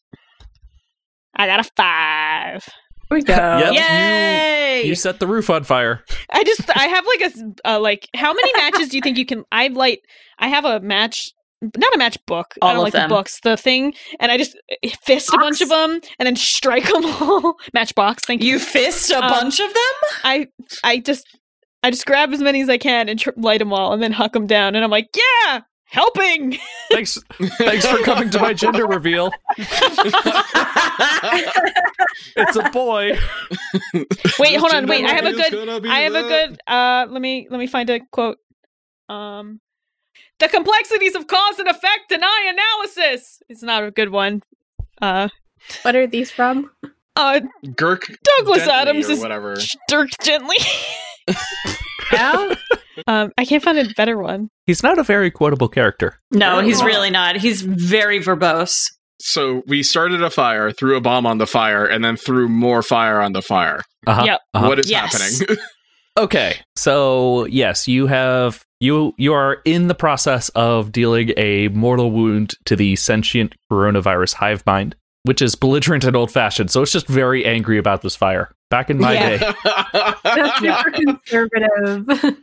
Speaker 3: I got a five.
Speaker 4: Here we go.
Speaker 1: Yep.
Speaker 2: Yay!
Speaker 1: you set the roof on fire
Speaker 3: I just, I have like a, s- uh, like, how many matches do you think you can? I light. I have a match, not a match book.
Speaker 2: All
Speaker 3: I don't
Speaker 2: of
Speaker 3: like
Speaker 2: them.
Speaker 3: the books, the thing, and I just eh, fist a bunch of them and then strike them all. Matchbox, thank you.
Speaker 2: you fist a
Speaker 3: Um,
Speaker 2: bunch of them.
Speaker 3: I I just I just grab as many as I can and tr- light them all, and then huck them down. And I'm like, yeah, helping.
Speaker 1: thanks thanks for coming to my gender reveal it's a boy
Speaker 3: Wait, hold on. Wait, I have a good. I have a good. Uh, let me let me find a quote. Um, the complexities of cause and effect deny analysis. It's not a good one. Uh,
Speaker 4: What are these from?
Speaker 3: uh,
Speaker 5: Girk
Speaker 3: Douglas
Speaker 5: Bentley
Speaker 3: Adams
Speaker 5: or
Speaker 3: is
Speaker 5: whatever.
Speaker 3: dirk gently.
Speaker 4: Yeah.
Speaker 3: um, I can't find a better one.
Speaker 1: he's not a very quotable character
Speaker 2: No,
Speaker 5: Oh.
Speaker 2: he's really not. He's very verbose.
Speaker 5: So we started a fire, threw a bomb on the fire, and then threw more fire on the fire.
Speaker 1: uh-huh.
Speaker 3: Yep.
Speaker 1: Uh-huh.
Speaker 5: What is
Speaker 2: Yes.
Speaker 5: happening?
Speaker 1: okay so yes you have You you are in the process of dealing a mortal wound to the sentient coronavirus hive mind, which is belligerent and old fashioned. So it's just very angry about this fire. Back in my
Speaker 2: Yeah.
Speaker 1: day,
Speaker 4: That's super conservative.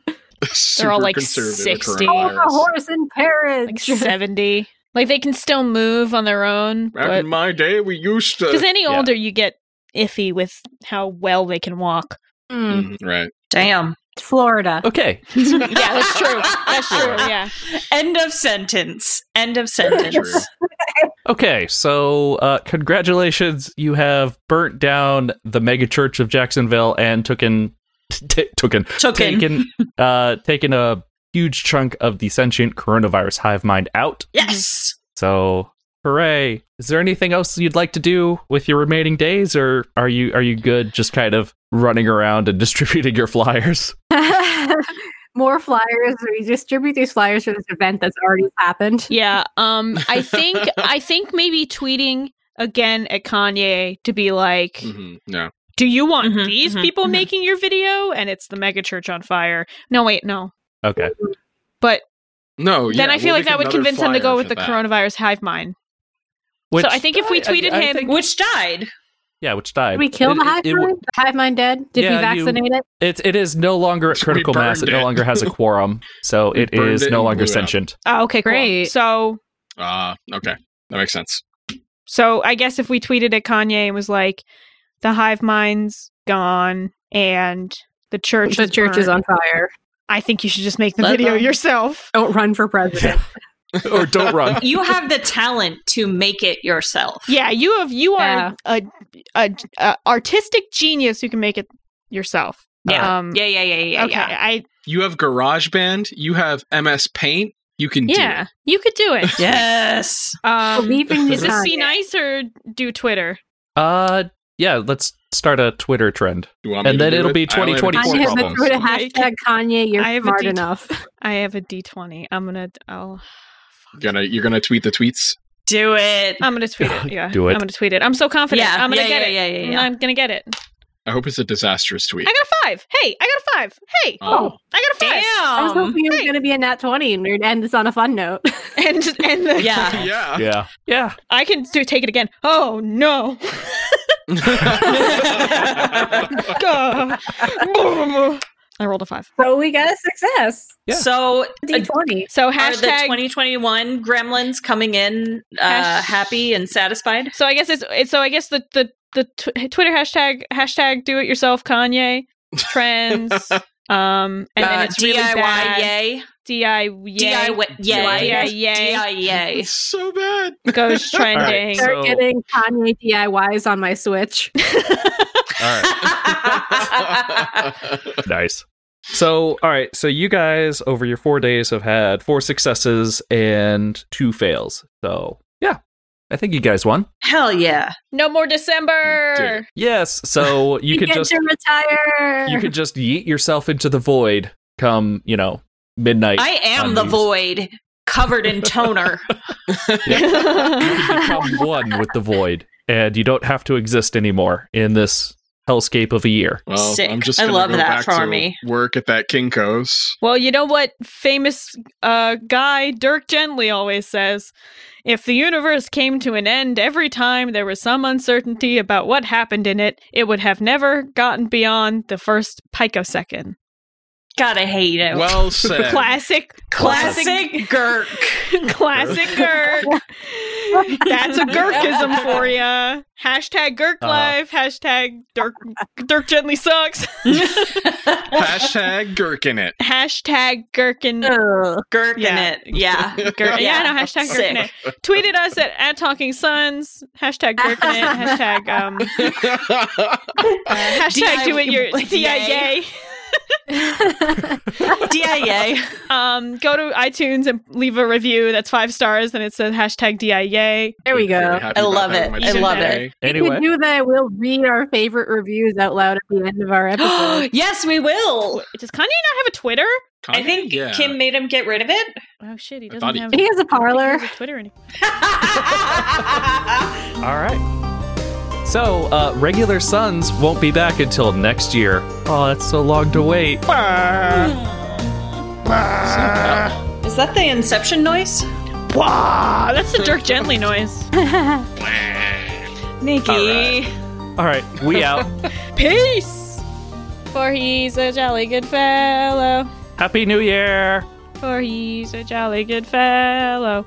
Speaker 5: Super
Speaker 3: all, like,
Speaker 5: conservative
Speaker 3: 60.
Speaker 4: Oh, a
Speaker 5: coronavirus.
Speaker 4: horse in
Speaker 3: like
Speaker 4: Paris.
Speaker 3: 70. Like they can still move on their own.
Speaker 5: Back
Speaker 3: Because
Speaker 5: in my day, we used to.
Speaker 3: any
Speaker 1: Yeah.
Speaker 3: older you get iffy with how well they can walk.
Speaker 4: Mm,
Speaker 1: Mm-hmm.
Speaker 5: Mhm, right.
Speaker 2: Damn.
Speaker 4: it's Florida.
Speaker 1: okay,
Speaker 3: yeah, that's true. That's true. Yeah.
Speaker 2: End of sentence. End of sentence.
Speaker 5: True.
Speaker 1: okay. So uh, congratulations, you have burnt down the mega church of Jacksonville and taken t- taken
Speaker 2: Token.
Speaker 1: taken uh, taken a huge chunk of the sentient coronavirus hive mind out.
Speaker 2: Yes.
Speaker 1: So hooray! Is there anything else you'd like to do with your remaining days, or are you are you good just kind of running around and distributing your flyers?
Speaker 4: More flyers. We distribute these flyers for this event that's already happened.
Speaker 3: Yeah. Um I think I think maybe tweeting again at Kanye to be like,
Speaker 5: Mhm, No.
Speaker 3: Do you want
Speaker 2: Mhm,
Speaker 3: these
Speaker 2: mhm,
Speaker 3: people
Speaker 2: mhm.
Speaker 3: making your video? And it's the mega church on fire. No, wait, no.
Speaker 1: Okay,
Speaker 3: But
Speaker 5: No.
Speaker 3: then
Speaker 5: yeah,
Speaker 3: I feel
Speaker 5: we'll
Speaker 3: like
Speaker 5: make
Speaker 3: that would
Speaker 5: another
Speaker 3: convince him to
Speaker 5: flyer
Speaker 3: go with
Speaker 5: for
Speaker 3: the
Speaker 5: that.
Speaker 3: coronavirus hive mind. So I think if we
Speaker 1: died,
Speaker 3: tweeted him-
Speaker 2: Which died.
Speaker 1: yeah, which died.
Speaker 4: Did we kill
Speaker 1: It-
Speaker 4: the hive
Speaker 1: it- it-
Speaker 4: mind? The hive mind dead? Did
Speaker 1: Yeah,
Speaker 4: we
Speaker 1: you-
Speaker 4: vaccinate it?
Speaker 1: It it is no longer at
Speaker 5: We
Speaker 1: critical mass. It,
Speaker 5: burned
Speaker 1: no
Speaker 5: it.
Speaker 1: longer has a quorum, so
Speaker 5: We
Speaker 1: it
Speaker 5: burned
Speaker 1: is
Speaker 5: it
Speaker 1: no
Speaker 5: and
Speaker 1: longer
Speaker 5: blew it up.
Speaker 1: sentient.
Speaker 3: Oh, okay, cool.
Speaker 4: Great.
Speaker 3: So
Speaker 5: Ah, okay. That makes sense.
Speaker 3: So I guess if we tweeted at Kanye and was like, "The hive mind's gone and the church,
Speaker 4: the
Speaker 3: is
Speaker 4: church is
Speaker 3: burnt,"
Speaker 4: on fire.
Speaker 3: I think you should just make the
Speaker 4: Let
Speaker 3: video
Speaker 4: them-
Speaker 3: yourself.
Speaker 4: Don't run for president.
Speaker 1: or don't run.
Speaker 2: You have the talent to make it yourself.
Speaker 3: Yeah, you have you
Speaker 4: Yeah.
Speaker 3: are a, a, a artistic genius who can make it yourself.
Speaker 2: Yeah.
Speaker 3: Um,
Speaker 2: yeah, yeah, yeah, yeah,
Speaker 3: okay.
Speaker 2: yeah.
Speaker 3: I
Speaker 5: You have GarageBand. You have MS Paint. You can
Speaker 3: yeah, you could do it.
Speaker 2: Yes.
Speaker 3: Um,
Speaker 4: Believe in
Speaker 5: is
Speaker 4: your
Speaker 3: is this
Speaker 4: time.
Speaker 3: be nice or do Twitter?
Speaker 1: Uh, yeah. Let's start a Twitter trend.
Speaker 5: do it. You want me
Speaker 1: And
Speaker 5: to
Speaker 1: then
Speaker 5: do
Speaker 1: it'll
Speaker 5: it?
Speaker 1: be
Speaker 5: I only have
Speaker 1: 2024
Speaker 5: four
Speaker 4: I
Speaker 1: Kanye
Speaker 4: have a
Speaker 1: problems.
Speaker 4: Twitter
Speaker 3: Yeah, you
Speaker 4: hashtag Kanye. You're
Speaker 3: I have a
Speaker 4: smart
Speaker 3: D-
Speaker 4: enough.
Speaker 3: I have a D twenty. I'm gonna. I'll.
Speaker 5: You're gonna you're gonna tweet the tweets.
Speaker 2: Do it.
Speaker 3: I'm gonna tweet it. Yeah,
Speaker 1: Do it.
Speaker 3: I'm gonna tweet it. I'm so confident.
Speaker 2: Yeah,
Speaker 3: I'm gonna
Speaker 2: yeah,
Speaker 3: get
Speaker 2: yeah,
Speaker 3: it.
Speaker 2: yeah, yeah, yeah.
Speaker 3: I'm gonna get it.
Speaker 5: I hope it's a disastrous tweet.
Speaker 3: I got a five. Hey, I got a five. Hey,
Speaker 5: Oh.
Speaker 3: I got a five.
Speaker 4: I
Speaker 1: um,
Speaker 4: was
Speaker 2: Damn.
Speaker 4: hoping it was
Speaker 3: hey.
Speaker 4: going to be a nat 20 and we'd end this on a fun note.
Speaker 3: And and the,
Speaker 2: Yeah.
Speaker 5: Oh, Yeah.
Speaker 1: Yeah, yeah.
Speaker 3: I can do take it again. Oh no! Gah. I rolled a five.
Speaker 4: So we got a success.
Speaker 1: Yeah.
Speaker 2: So uh,
Speaker 4: D20.
Speaker 3: So
Speaker 2: are the
Speaker 3: hashtag.
Speaker 2: 2021 gremlins coming in uh,
Speaker 3: Hash-
Speaker 2: happy and satisfied?
Speaker 3: so I guess it's, it's so I guess the the the tw- Twitter hashtag hashtag do it yourself Kanye trends. um, and then
Speaker 2: Uh,
Speaker 3: it's really
Speaker 2: DIY
Speaker 3: bad.
Speaker 2: yay.
Speaker 3: DIY
Speaker 2: DIY
Speaker 3: DIY
Speaker 2: yay.
Speaker 3: yay
Speaker 2: DIY.
Speaker 5: It's so bad.
Speaker 3: goes trending.
Speaker 1: All right,
Speaker 4: Start
Speaker 1: So-
Speaker 4: getting Kanye DIYs on my Switch.
Speaker 1: All right. nice. So, all right. So, you guys over your four days have had four successes and two fails. So, yeah, I think you guys won.
Speaker 2: Hell yeah.
Speaker 3: No more December.
Speaker 5: Dude.
Speaker 1: Yes. So you could
Speaker 4: get
Speaker 1: just
Speaker 4: to retire.
Speaker 1: you could just yeet yourself into the void. Come, you know, midnight.
Speaker 2: I am
Speaker 1: on
Speaker 2: the
Speaker 1: these.
Speaker 2: void covered in toner.
Speaker 1: You can become one with the void, and you don't have to exist anymore in this hellscape of a year.
Speaker 5: Well,
Speaker 2: Sick.
Speaker 5: I'm just
Speaker 2: I
Speaker 5: gonna
Speaker 2: love
Speaker 5: go
Speaker 2: that
Speaker 5: back
Speaker 2: for
Speaker 5: to
Speaker 2: me.
Speaker 5: Work at that Kinko's.
Speaker 3: Well, you know what famous uh, guy Dirk Gently always says? If the universe came to an end every time there was some uncertainty about what happened in it, it would have never gotten beyond the first picosecond.
Speaker 2: Gotta hate it.
Speaker 5: Well said.
Speaker 3: Classic, classic,
Speaker 2: Classic Girk.
Speaker 3: classic Gurk. That's a Gurkism for you. Hashtag Gurk
Speaker 1: Uh-huh.
Speaker 3: Life. Hashtag Dirk, Dirk Gently sucks.
Speaker 5: Hashtag gherkin it.
Speaker 3: Hashtag Gherkin.
Speaker 4: Ugh.
Speaker 2: Gurk in
Speaker 3: Yeah.
Speaker 2: it. Yeah.
Speaker 3: Gher- yeah, no, hashtag
Speaker 2: Sick.
Speaker 3: Gherkin. it. Tweeted us at, at Talking Sons, hashtag Gherkin, it, hashtag, um, uh, hashtag do it your
Speaker 2: DIY.
Speaker 3: DIA.
Speaker 2: DIA.
Speaker 3: Um, go to iTunes and leave a review that's five stars, and it says hashtag DIA.
Speaker 4: There we go.
Speaker 2: I love it.
Speaker 3: I love
Speaker 4: We
Speaker 1: Anyway,
Speaker 4: do that. We'll read our favorite reviews out loud at the end of our episode.
Speaker 2: yes, we will.
Speaker 3: Does Kanye not have a Twitter?
Speaker 2: I think
Speaker 5: yeah.
Speaker 2: Kim made him get rid of it.
Speaker 3: Oh shit, he
Speaker 5: I thought
Speaker 3: doesn't
Speaker 5: he-
Speaker 3: have.
Speaker 4: he has a parlor.
Speaker 3: a Twitter anymore.
Speaker 1: all right. So, uh, regular sons won't be back until next year. Oh, that's so long to wait.
Speaker 2: Is that the inception noise?
Speaker 3: Wah! Ah, That's the Dirk Gently noise.
Speaker 2: Nikki.
Speaker 1: All right, we out.
Speaker 3: Peace! For he's a jolly good fellow.
Speaker 1: Happy New Year.
Speaker 3: For he's a jolly good fellow.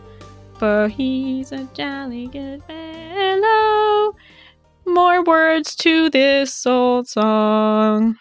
Speaker 3: For he's a jolly good fellow. More words to this old song.